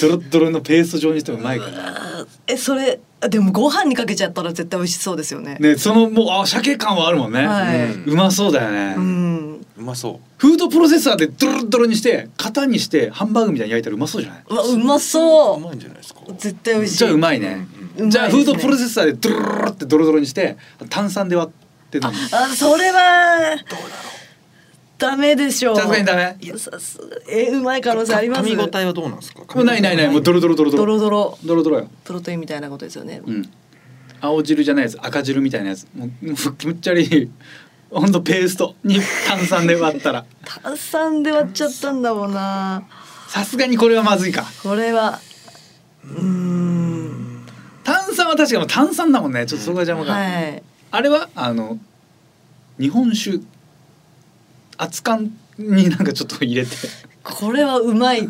S2: ドロッドロのペースト状にしてもうまいかな
S3: えそれあでもご飯にかけちゃったら絶対美味しそうですよね
S2: ねそのもうあ鮭感はあるもんね、
S3: はい
S2: うんうまそうだよね、
S3: うん
S4: うまそう
S2: フードプロセッサーでドロッドロにして型にしてハンバーグみたいに焼いたらうまそうじゃないう
S3: わうまそうう
S4: まいんじゃないですか
S3: 絶対美味しい
S2: じゃあうまいね、
S3: うまいですね
S2: じゃあフードプロセッサーでドロロロってドロドロにして炭酸で割って飲む
S3: あそれはダメでしょう
S2: さすがにダメ
S3: いやさすえうまい可能性あります
S4: 噛み応えはどうなんですか
S2: もうないない ないもうドロドロドロド
S3: ド
S2: ロ
S3: ロドロ
S2: ドロドロよ
S3: プロテインみたいなことですよね、
S2: うん青汁じゃないやつ赤汁みたいなやつもうもう気持ち悪いほんとペーストに炭酸で割ったら
S3: 炭酸で割っちゃったんだもんな
S2: さすがにこれはまずいか
S3: これはうーん
S2: 炭酸は確かに炭酸だもんねちょっとそこが邪魔か、
S3: はい。
S2: あれはあの日本酒熱燗になんかちょっと入れて
S3: これはうまい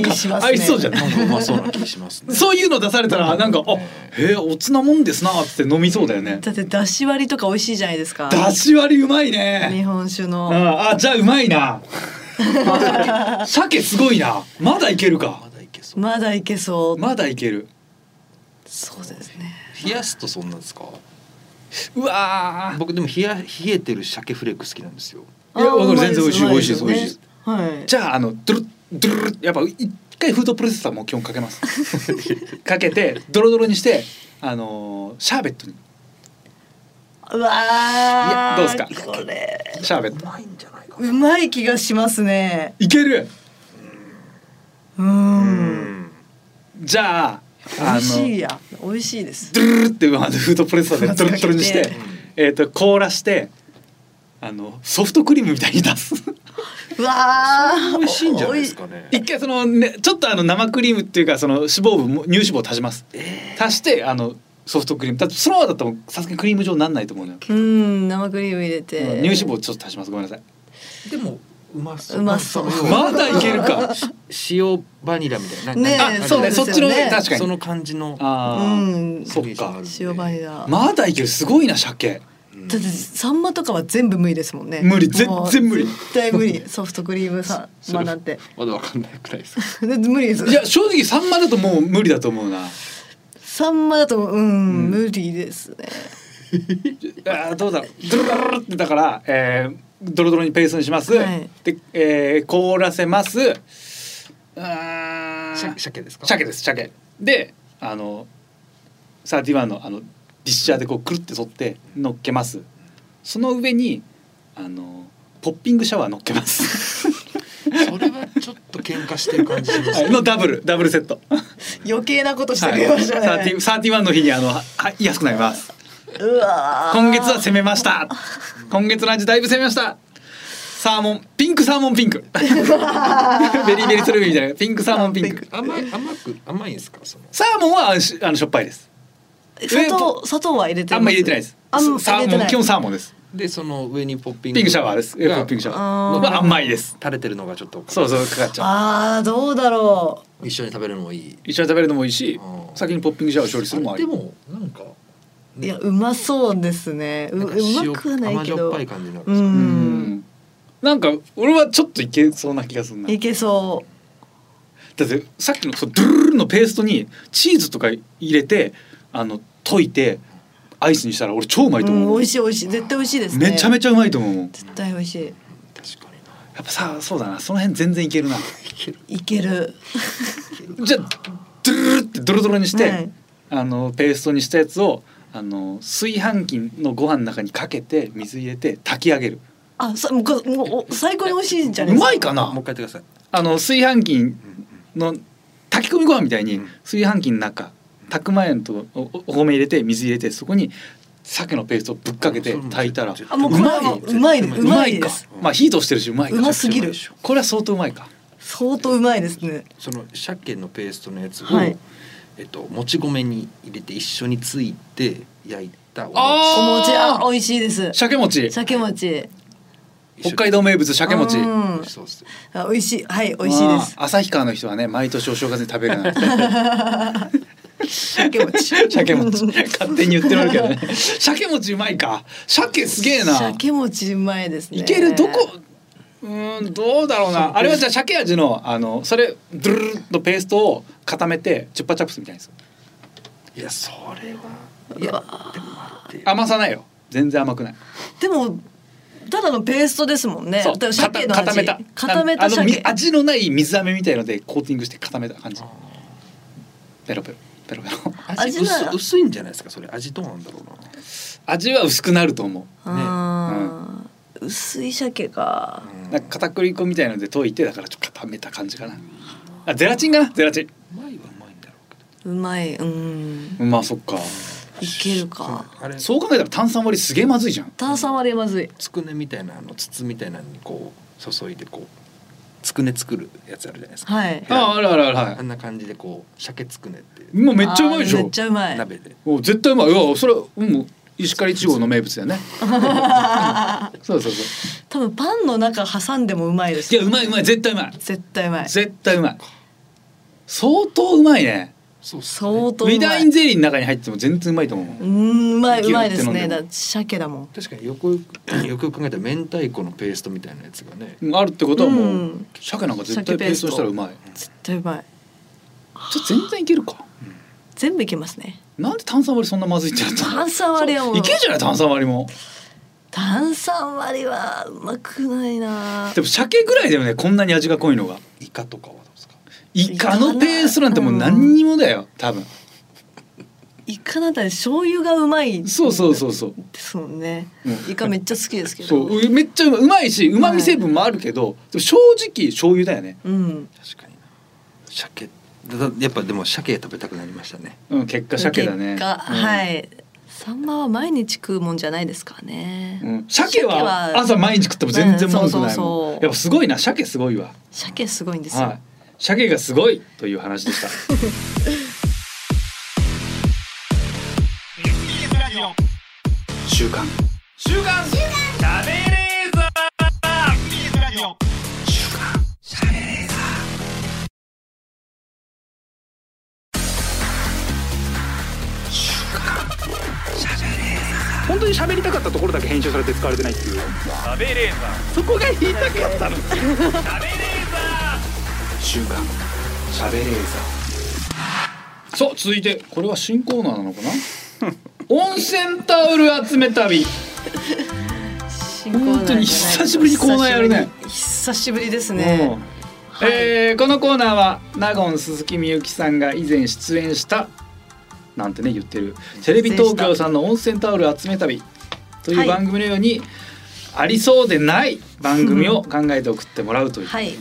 S3: 気します
S2: 合
S3: ね。
S2: いそうじゃない
S4: なんかうまそうな気しますね。
S2: そういうの出されたらなんか「あへえおつなもんですな」って飲みそうだよね。
S3: だってだし割りとか美味しいじゃないですか。
S2: だし割りうまいね。
S3: 日本酒
S2: う
S3: の。
S2: んあじゃあうまい な。あ鮭鮭すごいな。まだいけるか
S4: ま。だいけそう。
S3: まだいけそう。
S2: まだいける。
S3: そうですね。
S4: 冷やすとそんなんですか。
S2: うわー
S4: 僕でも冷や冷えてる鮭フレーク好きなんですよ。
S2: いや
S3: あー
S2: わかる
S3: うま
S2: 全然美味しいう
S3: ま
S2: 美味しいです美味しいです。
S3: よねはい。
S2: じゃああのドゥルッドゥルッやっぱ一回フードプロセッサーも基本か けます。かけてドロドロにしてあのーシャーベットに
S3: うわー
S2: いやどうっすか
S3: これ
S2: シャーベット。
S4: うまいんじゃないかな。
S3: うまい気がしますね。
S2: いける。
S3: う。
S4: うんん。
S2: じゃあ
S3: 美
S2: あ
S3: 味し
S2: の
S3: いや。美味しいです。
S2: ドゥルルってまあフードプロセッサーでドロッドロにして。えー、と凍らしてあのソフトクリームみたいに出す
S3: うわー。
S4: 美味しいんじゃないですかね。
S2: 一回その、ね、ちょっとあの生クリームっていうかその脂肪分も乳脂肪を足します
S4: え
S2: 足してあのソフトクリームだってそのままだったらさすがにクリーム状にならないと思うのよ、
S3: おい。うん、生クリーム入れて。
S2: うん乳脂肪ちょっと足しますごめんなさい
S4: ーでもうまそう。
S3: うまそう
S4: なんかの
S2: まだいけるか
S4: 塩バニラみたいな。
S3: ねえ
S4: なんか
S3: そう
S2: ね
S3: です
S2: そっ
S3: よね
S2: ちのね確か
S4: そ
S2: に
S4: の感じの。
S3: う
S2: あー
S3: ん。
S2: そっか
S3: 塩バニラ。
S2: まだいけるすごいな鮭
S4: うん
S3: だってサンマとかは全部無理ですもんね。
S2: 無理全
S3: もう
S2: 然無理
S3: 絶対無理。ソフトクリー ムさ
S4: それ
S3: まあなんて
S4: まだわかんないくらいですか。
S3: 無理です。
S2: いや正直サンマだともう無理だと思うな
S3: サンマだとうん、無理ですね。
S2: あーどうだろうドロドロドロってだから、えー、ドロドロにペーストにします、
S3: はい
S2: で、えー、凍らせますあー
S4: 鮭鮭ですか。
S2: 鮭です鮭であの31のあのディッシャーでこうくるって取って乗っけますその上にあのポッピングシャワー乗っけます
S4: それはちょっと喧嘩してる感じします
S2: は
S4: ね
S2: い。のダブルダブルセット
S3: 余計なことして
S2: は
S3: く
S2: い
S3: れましたね。
S2: 30 31の日にあのははい安くなります
S3: うわー。
S2: 今月は攻めました今月の味だいぶ攻めましたサーモンピンクサーモンピン クベリーベリースルーみたいなピンクサーモンピンク
S4: 甘い甘く甘いんですかその。
S2: サーモンはあのしあのしょっぱいです
S3: 砂糖砂糖は入れて
S2: あんま入れてないです
S3: あんま
S2: サ
S3: 入れ
S2: ー
S3: て
S2: モ
S3: な
S2: ン
S3: い。
S2: 基本サーモンです
S4: でその上にポッピング
S2: ピンクシャワーですえポッピングシャワ
S3: あ
S2: ー
S3: ー
S2: まあ甘いです
S4: 垂れてるのがちょっと
S2: そうそうかかっちゃう
S3: ああどうだろう。
S4: 一緒に食べるのもいい。
S2: 一緒に食べるのもいいし
S4: うん
S2: 先にポッピングシャワー処理するのもあり
S4: でもなんか
S3: い
S4: ね
S3: やうまそうですね。う
S4: なんか塩
S3: うまくはないけ
S4: 甘じょ
S3: ど。
S4: っぱい感じになる
S3: う。
S2: うんんなんか俺はちょっといけそうな気がするない
S3: けそう。
S2: だってさっきのそのドゥルルルのペーストにチーズとか入れてあの溶いてアイスにしたら俺超うまいと
S3: うん
S2: 思う、
S3: 美味しい美味しい絶対美味しいですね。
S2: めちゃめちゃうまいと思うもんや
S3: 絶対美味しい。
S4: 確かにな。
S2: っぱさそうだなその辺全然いけるな
S3: はいける。
S2: じゃあドゥルルルってドロドロにして、
S3: はい
S2: あのペーストにしたやつをあの炊飯器のご飯の中にかけて水入れて炊き上げる
S3: あ、さもうこもうお最高に美味しいんじゃな
S2: う
S3: いですか。
S2: まいかな
S4: もう一回言ってください。
S2: あの炊飯器の炊き込みご飯みたいに
S4: うん
S2: 炊飯器の中炊く前のとおおお米入れて水入れてそこに鮭のペーストをぶっかけて炊いたら
S3: あもうこれはもううまいです
S2: う
S3: う
S2: ま
S3: ま
S2: い
S3: い
S2: か
S3: です。
S2: まあ火通してるしうまいか
S3: うますぎる
S4: めちゃくちゃうまいでしょ
S2: これは相当うまいか
S3: 相当うまいですね。
S4: その鮭のペーストのやつを、
S3: はい
S4: えっともち米に入れて一緒について焼いたお餅
S2: あー
S3: お餅あ美味しいです。
S2: 鮭餅
S3: 鮭餅。
S4: 一緒に
S2: 北海道名物鮭餅
S3: うん
S4: そうっす
S3: あ美味しいはい美味しいです。
S2: あー旭川の人はね毎年お正月に食べるなんて
S3: 鮭餅。
S2: 鮭 餅勝手に言ってられるけどね鮭餅うまいか鮭すげえな
S3: 鮭餅うまいですね。
S2: いけるどこうーんどうだろうなあれはじゃあ鮭味のあのそれドゥルルルのペーストを固めてチュッパチャップスみたいにする
S4: いやそれはいやでも待って
S2: 甘さないよ全然甘くない、
S3: でもただのペーストですもんね。
S2: そう
S3: だから鮭の
S2: か
S3: 味。
S2: た固めた
S3: 固め
S2: あ
S3: た
S2: のみ
S3: 鮭。
S2: 味のない水飴みたいのでコーティングして固めた感じペロペロペロペ ロ
S4: 味
S3: 味なら
S4: 薄薄いんじゃないですかそれ味どうなんだろうな
S2: 味は薄くなると思
S3: あー薄い鮭か。
S2: うなんか片栗粉みたいので溶いてだからちょっと固めた感じかなあゼラチンかなゼラチ
S4: うまいはうまいんだろうけど
S3: うまい。うん。
S2: ンまあそっか
S3: いけるか。
S4: あれ
S2: そう考えたら炭酸割りすげえまずいじゃん
S3: 炭酸割れまずい。
S4: つくねみたいなあの筒みたいなのにこう注いでこうつくね作るやつあるじゃないですか。
S3: はい
S4: 平
S2: ああるあるあるは
S4: あんな感じでこう鮭つくねって
S2: い。もうめっちゃうまいでし
S3: あーめ
S2: ょ
S3: っ。ちゃうまい。
S4: 鍋で。
S2: お絶対うまい。いやそれはもう石狩地方の名物 だよね。そうそうそう。
S3: 多分パンの中挟んでもうまいです。
S2: いやうまいうまい絶対うまい。
S3: 絶対うまい。
S2: 絶対うまい。相当うまいね。
S4: そう
S3: 相当うまい。
S2: ウィダインゼリーの中に入っても全然うまいと思う。
S3: うんうまいうまいです
S2: ギュッて飲
S3: ね。
S2: んで
S3: だ
S2: も
S3: 鮭だもん。
S4: 確かによくよ くよく考えたら明太子のペーストみたいなやつがね。
S2: あるってことはもう、
S3: うん
S2: 鮭なんか絶対ペーストしたらうまい。
S3: 絶対うま
S2: じ
S3: い。
S2: ゃあ全然いけるか。
S3: 全部いけますね。
S2: なんで炭酸割りそんなまずいってなったの。
S3: 炭酸割りはもう
S2: いけるじゃない炭酸割りも。
S3: 炭酸割りはうまくないな
S2: で。も鮭ぐらいだよねこんなに味が濃いのが。
S4: イカとかはどうですか。
S2: イカのペーストなんてもう何にもだよ多分。
S3: イカなんて醤油がうまいで
S2: そうそうそうそう。
S3: すもんね
S2: う。ん
S3: イカめっちゃ好きですけ
S2: そ
S3: ど。
S2: うめっちゃうまいうまいしうまみ成分もあるけど、でも正直醤油だよね
S3: うん。
S4: 確かにな。鮭だだやっぱでも鮭食べたくなりましたね。
S2: うん結果鮭だね
S3: 結果
S2: うん
S3: はい。サンマは毎日食うもんじゃないですからね。
S2: うん、鮭
S3: 鮭は
S2: は朝毎日食っても全然まずく
S3: うん
S2: ない
S3: そう
S2: も
S3: そうんそう
S2: やっぱすごいな鮭すごいわ
S3: 鮭すごいんですよ。
S2: はい鮭がすごいという話でした 週刊週刊週刊本当に喋りたかったところだけ編集されて使われてないっていう喋れーザーそこが言いたかったの喋れーザー週刊喋れーザーさあ続いてこれは新コーナーなのか な温泉タオル集め旅
S3: 新コーナーじゃない
S2: 本当に久しぶりにコーナーやるね
S3: 久しぶりです
S2: うん
S3: ね、はい
S2: えーこのコーナーは納言鈴木みゆきさんが以前出演したなんてね言ってるテレビ東京さんの温泉タオル集め旅とい
S3: は
S2: う
S3: い
S2: 番組のように、ありそうでない番組を考えて送ってもらうという、
S3: はい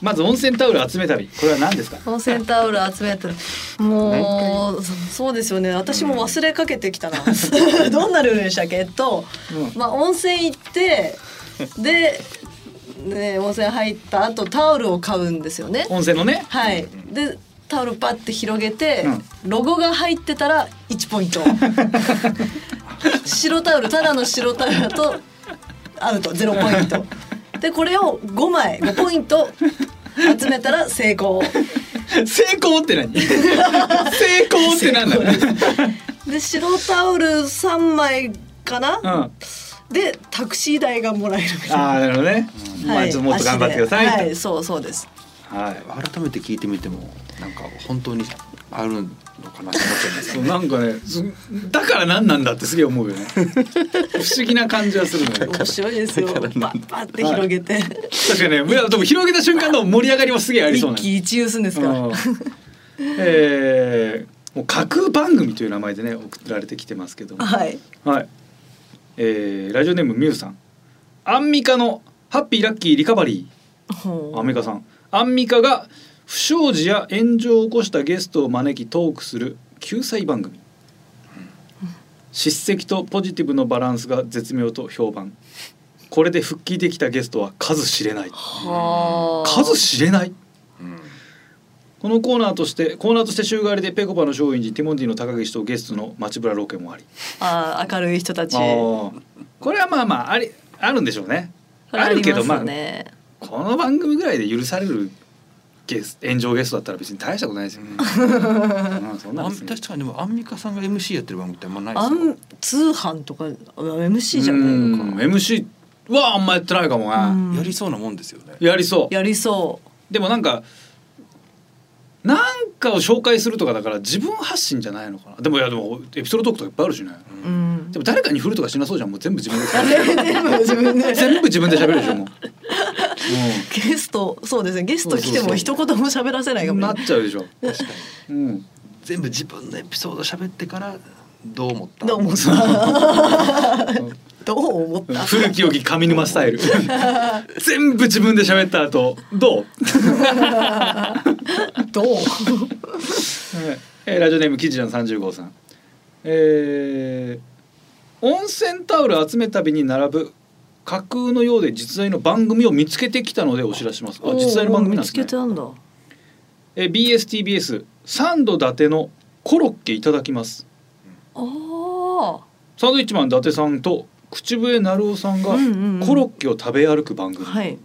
S2: まず温泉タオル集め旅これは何ですか
S3: 温泉タオル集めたらもうそそうですよね私も忘れかけてきたなどんなルールでしたっけえっと、
S2: う
S3: まあ、温泉行ってで、ね、温泉入った後タオルを買うんですよね
S2: 温泉のね
S3: はいでタオルパッて広げて、
S2: うん
S3: ロゴが入ってたら1ポイント白タオルただの白タオルだとアウト0ポイントでこれを5枚5ポイント集めたら成功
S2: 成功って 何成功って何だろう
S3: で白タオル3枚かな、
S2: うん、あ
S3: でタクシー代がもらえるみたいな
S2: あなるほどね、 まあちょっともっと頑張ってください
S3: は
S2: と
S3: い、そうそうです
S2: はい
S4: 改めて聞いてみてもなんか本当にあるのかなって思っちゃいます
S2: そう
S4: ね。
S2: なんかねそだから何なんだってすげえ思うよね不思議な感じはするのよ
S3: 面白いですよ
S4: だ
S3: バ
S4: からなんだ
S3: ッバッて広げて
S2: 確かにねいやでも広げた瞬間の盛り上がりもすげえありそう
S3: 一
S2: な
S3: 喜一憂するんですから
S2: うんえーもう架空番組という名前でね送られてきてますけども
S3: はい
S2: はい、えーラジオネームみゆさんアンミカのハッピーラッキーリカバリー
S3: ほう
S2: アンミカさんアンミカが不祥事や炎上を起こしたゲストを招きトークする救済番組叱責とポジティブのバランスが絶妙と評判これで復帰できたゲストは数知れない
S3: はあ
S2: 数知れない
S4: うん
S2: このコーナーとしてコーナーとして週替わりでぺこぱの松陰寺ティモンディの高岸とゲストの町村ロケもあり
S3: あー明るい人たち
S2: あーこれはまあまあありあるんでしょうね
S3: これ
S2: あるけど
S3: りすよね
S2: この番組ぐらいで許されるゲス炎上ゲストだったら別に大したことないですよ、 うんそんな
S4: あ
S2: ん
S4: ん
S2: ですね
S4: 確かにでもアンミカさんが MC やってる番組ってあんまない
S3: あ
S4: ですよ
S3: ん通販とかあ MC じゃないのか
S2: うん MC はあんまやってないかも
S3: う
S2: ね、
S3: ん
S4: やりそうなもんですよね。
S2: やりそう
S3: やりそう
S2: でもなんかなんかを紹介するとかだから自分発信じゃないのかなでもいやでもエピソードトークとかいっぱいあるしね、
S3: うん
S2: でも誰かに振るとかしなそうじゃんもう全部自分で
S3: 全部自 分で
S2: 全部自分で喋るでしょもう、
S3: ゲストそうですねゲスト来ても
S2: そうそう
S3: 一言も喋らせないか
S2: うん、
S3: も
S2: なっ
S3: ね
S2: ちゃうでしょ、
S4: 確かに
S2: うん、
S4: 全部自分のエピソード喋ってからどう思った
S3: どう思ったどう思った
S2: 古き良き上沼スタイル全部自分で喋った後どう
S3: どう
S2: えーラジオネームキジラン三十号さん。えー温泉タオル集め旅に並ぶ架空のようで実在の番組を見つけてきたのでお知らせします。あ実在の番組なんです
S3: おー見
S2: ね
S3: つけ。たんだ。
S2: え BSTBS サンド伊達のコロッケいただきます。
S3: あ
S2: サンドイッチマン伊達さんと口笛なるおさん
S3: あ。
S2: が
S3: うんうんうん
S2: コロッケを食べ歩く番組。
S3: はい。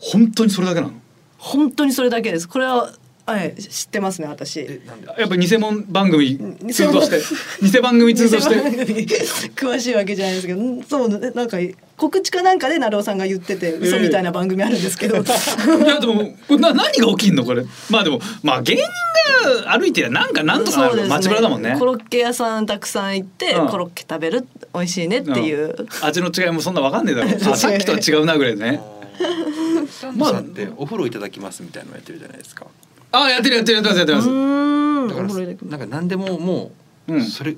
S2: 本当にそれだけなの。
S3: 本当にそれだけです。これははい知ってますね私。
S4: えなんで
S2: やっぱ偽物番組
S3: ん
S2: 通として偽番組通として。
S3: 詳しいわけじゃないですけど、んそうねなんか告知かなんかで成尾さんが言ってて嘘みたいな番組あるんですけ
S2: い
S3: ど。
S2: やでもこれな何が起きんのこれ。まあでもまあ芸人が歩いてりゃなんかなんとかな
S3: そうです
S2: る街ぶらだもんね
S3: コ。ロッケ屋さんたくさん行って、
S2: うん
S3: コロッケ食べる美味しいねっていう。
S2: 味の違いもそんなわかん ねえだろ。あさっきとは違うなぐらいでね。
S4: サンドさんってお風呂いただきますみたいなのやってるじゃないですか。
S2: あやってるやってるやってるやって
S3: う
S2: ます。
S3: ーん。
S4: だからなんか何でもも
S2: う。
S4: うんそれ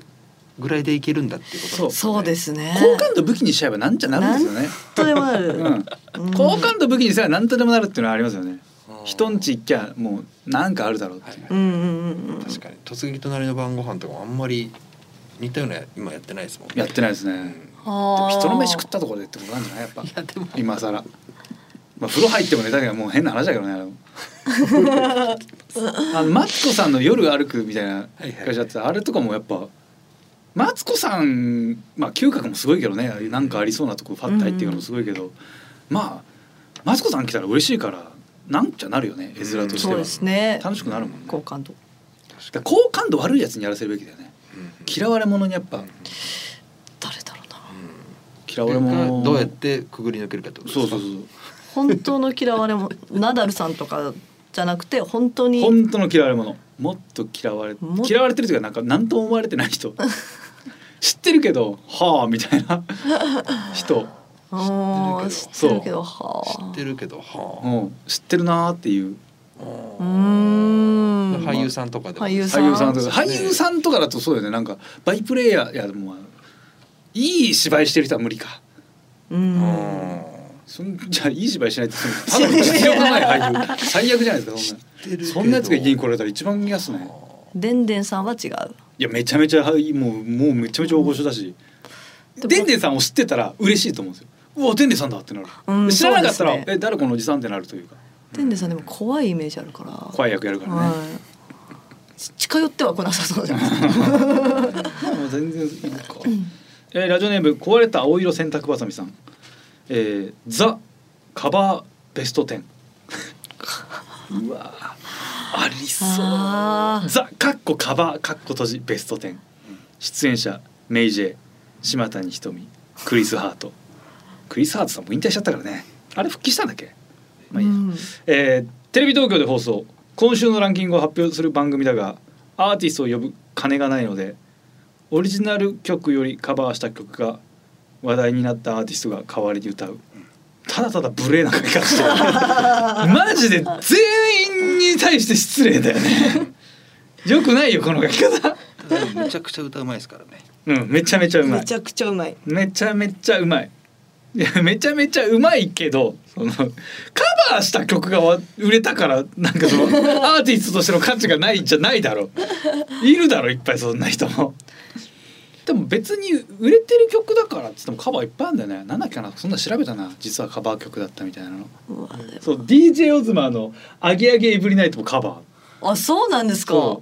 S4: ぐらいでいけるんだっていうことなんですよね
S3: そうですね。
S2: 好感度武器にしちゃえばなんちゃなるんです
S3: とでもあ
S2: よね
S3: る。。
S2: う
S3: うん
S2: ん。好感度武器にすればなんとでもなるっていうのはありますよね。
S4: うん
S2: 人んち行きゃもうなんかあるだろうって。
S4: はいいう
S3: うんうんうんうん。
S4: 確かに突撃隣の晩ご飯とかもあんまり似たような今やってないですもんね
S2: やってないですね。で
S3: あ
S2: も
S3: ー
S2: 人の飯食ったところでってことなんじゃないやっぱ
S4: い。やでも
S2: 今更。まあ風呂入ってもねだけどもう変な話だけどね。あれ もあのマツコさんの夜歩くみたいな会社やってたあれとかもやっぱ。マツコさん、まあ嗅覚もすごいけどね、なんかありそうなとこファッて入っていくのもすごいけど、まあマツコさん来たら嬉しいからなんちゃなるよね、絵面として
S3: そう
S2: は。
S3: ですね。
S2: 楽しくなるもんね。
S3: 好感
S2: だ
S3: 度。
S2: から好感度悪いやつにやらせるべきだよね。
S4: うん
S2: 嫌われ者にやっぱ
S3: 誰だろうな。
S2: 嫌われ者
S4: どうやってくぐり抜けるかってことです
S2: そう
S4: か
S2: そうそうう
S3: 本当の嫌われも ナダルさんとかじゃなくて本当に。
S2: 本当の嫌われ者もっと嫌われ
S3: もっ
S2: 嫌われてるというかなんか何とも思われてない人 知ってるけどはあみたいな人、
S3: ああ知
S4: 知っ
S3: ってるけどは
S4: 知って
S3: る。
S4: るけど
S2: う
S4: は
S2: ん、知ってるなーっていう
S4: あ
S3: うー
S4: うん
S3: ん。
S4: 俳優さんとかでも
S3: 俳優さ
S2: 俳優さんとか
S4: さん
S2: 俳優さんとかだとそうだよねなんかバイプレイヤーいやでもまあいい芝居してる人は無理か
S3: う。
S4: うんん
S2: そん じゃあいい芝居しないってそのただの必要のない俳優最悪じゃないですか
S4: 知ってるけど
S2: そんなそんなやつが家に来られたら一番嫌っすね
S3: でんでんさんは違う。
S2: いやめちゃめちゃはいもうもうめちゃめちゃ大御所だし、
S3: でも
S2: でんでんさんを知ってたら嬉しいと思うんですよ。うわでんでんさんだってなる。
S3: うん
S2: 知らなかったら、
S3: そうですね
S2: え誰このおじさんってなるというか
S3: でんでんさんでも怖いイメージあるから。
S2: 怖い役やるからね。
S3: はい。近寄っては来なさそうじゃないですか。
S2: もう全然いいか。えーラジオネーム壊れた青色洗濯バサミさん。えー、ザカバーベスト10。うわーあり
S3: あ
S2: そう。
S3: ー
S2: ザカッコカバーカッコ閉じベスト10。出演者メイジェイ島谷ひとみクリスハート。クリスハートさんも引退しちゃったからね。あれ復帰したんだっけ？まあいいや。
S3: うん
S2: えーテレビ東京で放送今週のランキングを発表する番組だがアーティストを呼ぶ金がないのでオリジナル曲よりカバーした曲が話題になったアーティストが代わりに歌うただただ無礼な書き方してるマジで全員に対して失礼だよねよくないよこの書き方
S4: ただめちゃくちゃ歌うまいですからね
S2: うんめちゃめちゃうま
S3: め
S2: い
S3: ちゃくちゃうまい。
S2: めちゃめちゃうまいいやめちゃめちゃうまいけどそのカバーした曲がわ売れたからなんかそのアーティストとしての価値がないんじゃないだろういるだろういっぱいそんな人もでも別に売れてる曲だからっつってもカバーいっぱいあるんだよねなんだっけなそんな調べたな実はカバー曲だったみたいなの
S3: うわ
S2: そう DJ オズマの「アゲアゲエブリナイト」もカバー
S3: あそうなんですか。
S2: そ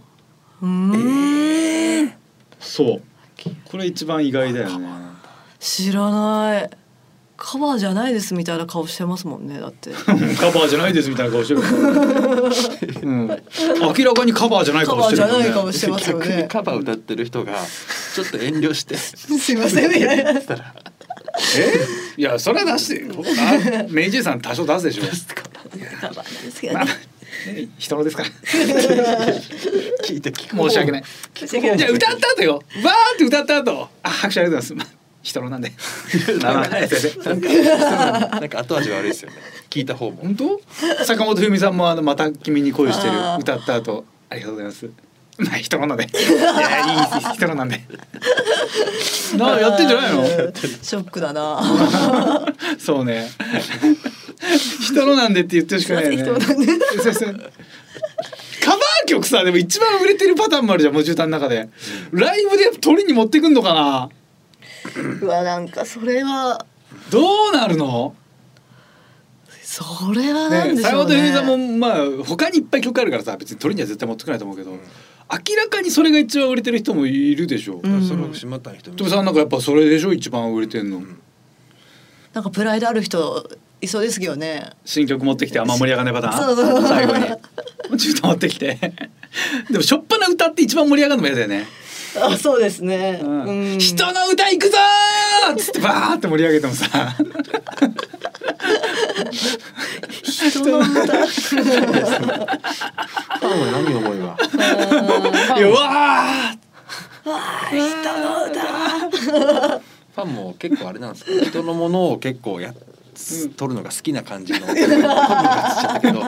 S2: う
S3: ーん。
S2: そうこれ一番意外だよね
S3: 知らない。カバーじゃないですみたいな顔してますもんねだって。
S2: カバーじゃないですみたいな顔してるから、うん、明らかにカバーじゃない
S3: カ
S2: 顔
S3: バ
S2: して
S3: ーじ
S2: る
S3: ゃ
S2: もん
S3: な
S2: ね
S3: い顔してますよ
S4: 逆に
S3: ね。
S4: カバー歌ってる人がちょっと遠慮して
S3: すいませんみたいな。
S4: たら
S2: えいやそれは出してよあ明治さん多少出すでしょ
S3: カバーなんですけど
S2: まあ
S3: ね。
S2: ね人のです から
S4: 聞いて聞
S2: 申し訳ない
S3: 申し訳ない
S2: じゃあ歌った後よバーって歌った後あ拍手ありがとうございますまあ人の なんで
S4: なん
S2: はい先生
S4: か なんか後味が悪いですよね聞いた方も
S2: 本当坂本冬美さんもあのまた君に恋してる
S3: あー
S2: 歌った後ありがとうございますまあ人のなんでいやいいです 人のなんでなやってんじゃないの
S3: ショックだ な。
S2: そうね。人のなんでって言ってるしかないよね。
S3: すいません人の
S2: そうそうカバー曲さでも一番売れてるパターンもあるじゃんもう絨毯の中でライブで取りに持ってくんのかな
S3: うわなんかそれは
S2: どうなるの？
S3: それはなん
S2: ね、
S3: でし
S2: 坂
S3: ょう
S2: 本
S3: ね
S2: 冬美さんもまあ他にいっぱい曲あるからさ別に取りには絶対持ってこないと思うけど、明らかにそれが一番売れてる人もいるでしょう。
S3: うん
S4: その島谷ひとみ
S2: 富さんなんかやっぱそれでしょ一番売れてんの、
S4: ん
S3: なんかプライドある人いそうですけどね
S2: 新曲持ってきてあんま盛り上がらないパターン
S3: そうそう
S2: 最後にちょっと持ってきてでもしょっぱな歌って一番盛り上がるのも嫌だよね、
S3: あそうですね、
S2: うん
S3: うん
S2: 人の歌行くぞーっつってバーって盛り上げてもさ
S3: 人の 歌
S4: ファンは何を思いは
S2: いやうわ
S4: ファンも結構あれなんですか人のものを結構や取るのが好きな感じのカバーしちゃったけど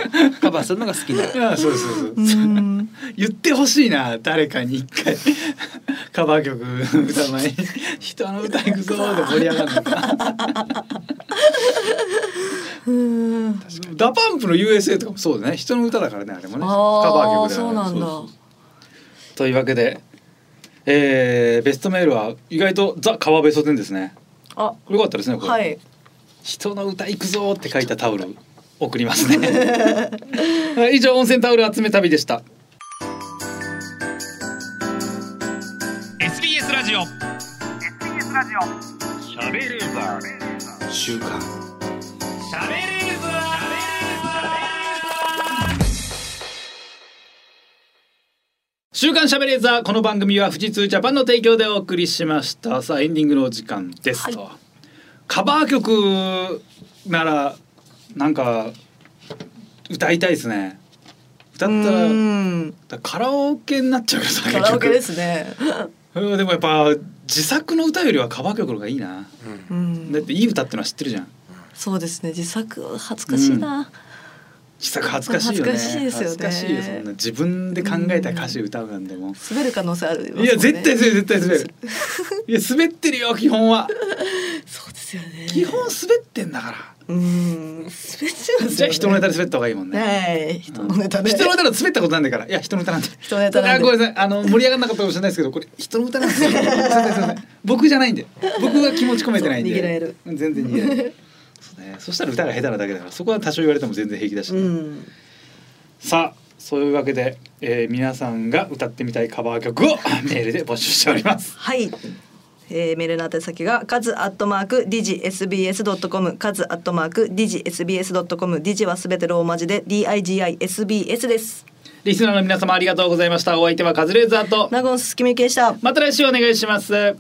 S4: カバーするのが好きな
S2: ーいやそうですそうです
S3: うん
S2: 言ってほしいな誰かに一 回カバー曲歌う前に「人の歌行くぞ」で盛り上がるのか
S3: うん
S2: ダパンプの USA とかもそうだね人の歌だからねあれもねカ
S3: あー
S2: バー曲だから
S3: そうなんだ
S2: そうそうそうというわけで、えーベストメールは意外とザ・川辺ソ店ですね
S3: あ
S2: よかったですねこれ、
S3: はい
S2: 人の歌行くぞーって書いたタオル送りますね 以上温泉タオル集め旅でした
S5: SBS ラジオ SBS ラジオしゃべれるぞ
S4: 週刊
S5: しゃべれるぞ
S2: 週刊しゃべれーザーこの番組は富士通ジャパンの提供でお送りしましたさあエンディングのお時間ですと、カバー曲ならなんか歌いたいですね歌
S3: う
S2: ったら
S3: ん
S2: だカラオケになっちゃうけどさ
S3: カラオケで
S2: 結
S3: すね
S2: 局うんでもやっぱ自作の歌よりはカバー曲の方がいいな
S3: うん
S2: だっていい歌ってのは知ってるじゃん
S3: そうですね自作恥ずかしいな、
S2: 自作恥ずかしいよね
S3: 恥ずかしいですよね
S2: 恥ずかしいよそんな自分で考えた歌詞歌うなんでも
S3: 滑る可能性あるよ、
S2: いや絶対滑る絶対滑るいや滑ってるよ基本 は
S3: そうですよね
S2: 基本滑ってんだから
S3: うん滑っちゃうんですよね
S2: じゃあ人のネタで滑った方がいいもんね。
S3: はい人のネタで、
S2: うん人のネタで滑ったことなんだから。いや人のネタなんで。
S3: 人のネタなん
S2: あ
S3: で
S2: ごめんなさい。あの盛り上がらなかったかもしれないですけど、これ人の歌なんですよ。すいませんすいません僕じゃないんで。僕が気持ち込めてないんで。
S3: そう逃げられる
S2: うん全然逃げられる。そうね。そしたら歌が下手なだけだから、そこは多少言われても全然平気だし。
S3: うん
S2: さあ、そういうわけで、えー皆さんが歌ってみたいカバー曲を メールで募集しております。
S3: はい。えー、メールの宛先がカズアットマークディジ SBS ドットコムカズアットマークディジ SBS ドットコムディジはすべてローマ字で D I G I S B S です。
S2: リスナーの皆様ありがとうございました。お相手はカズレーザーと。
S3: ナゴンスキミケでした。
S2: また来週お願いします。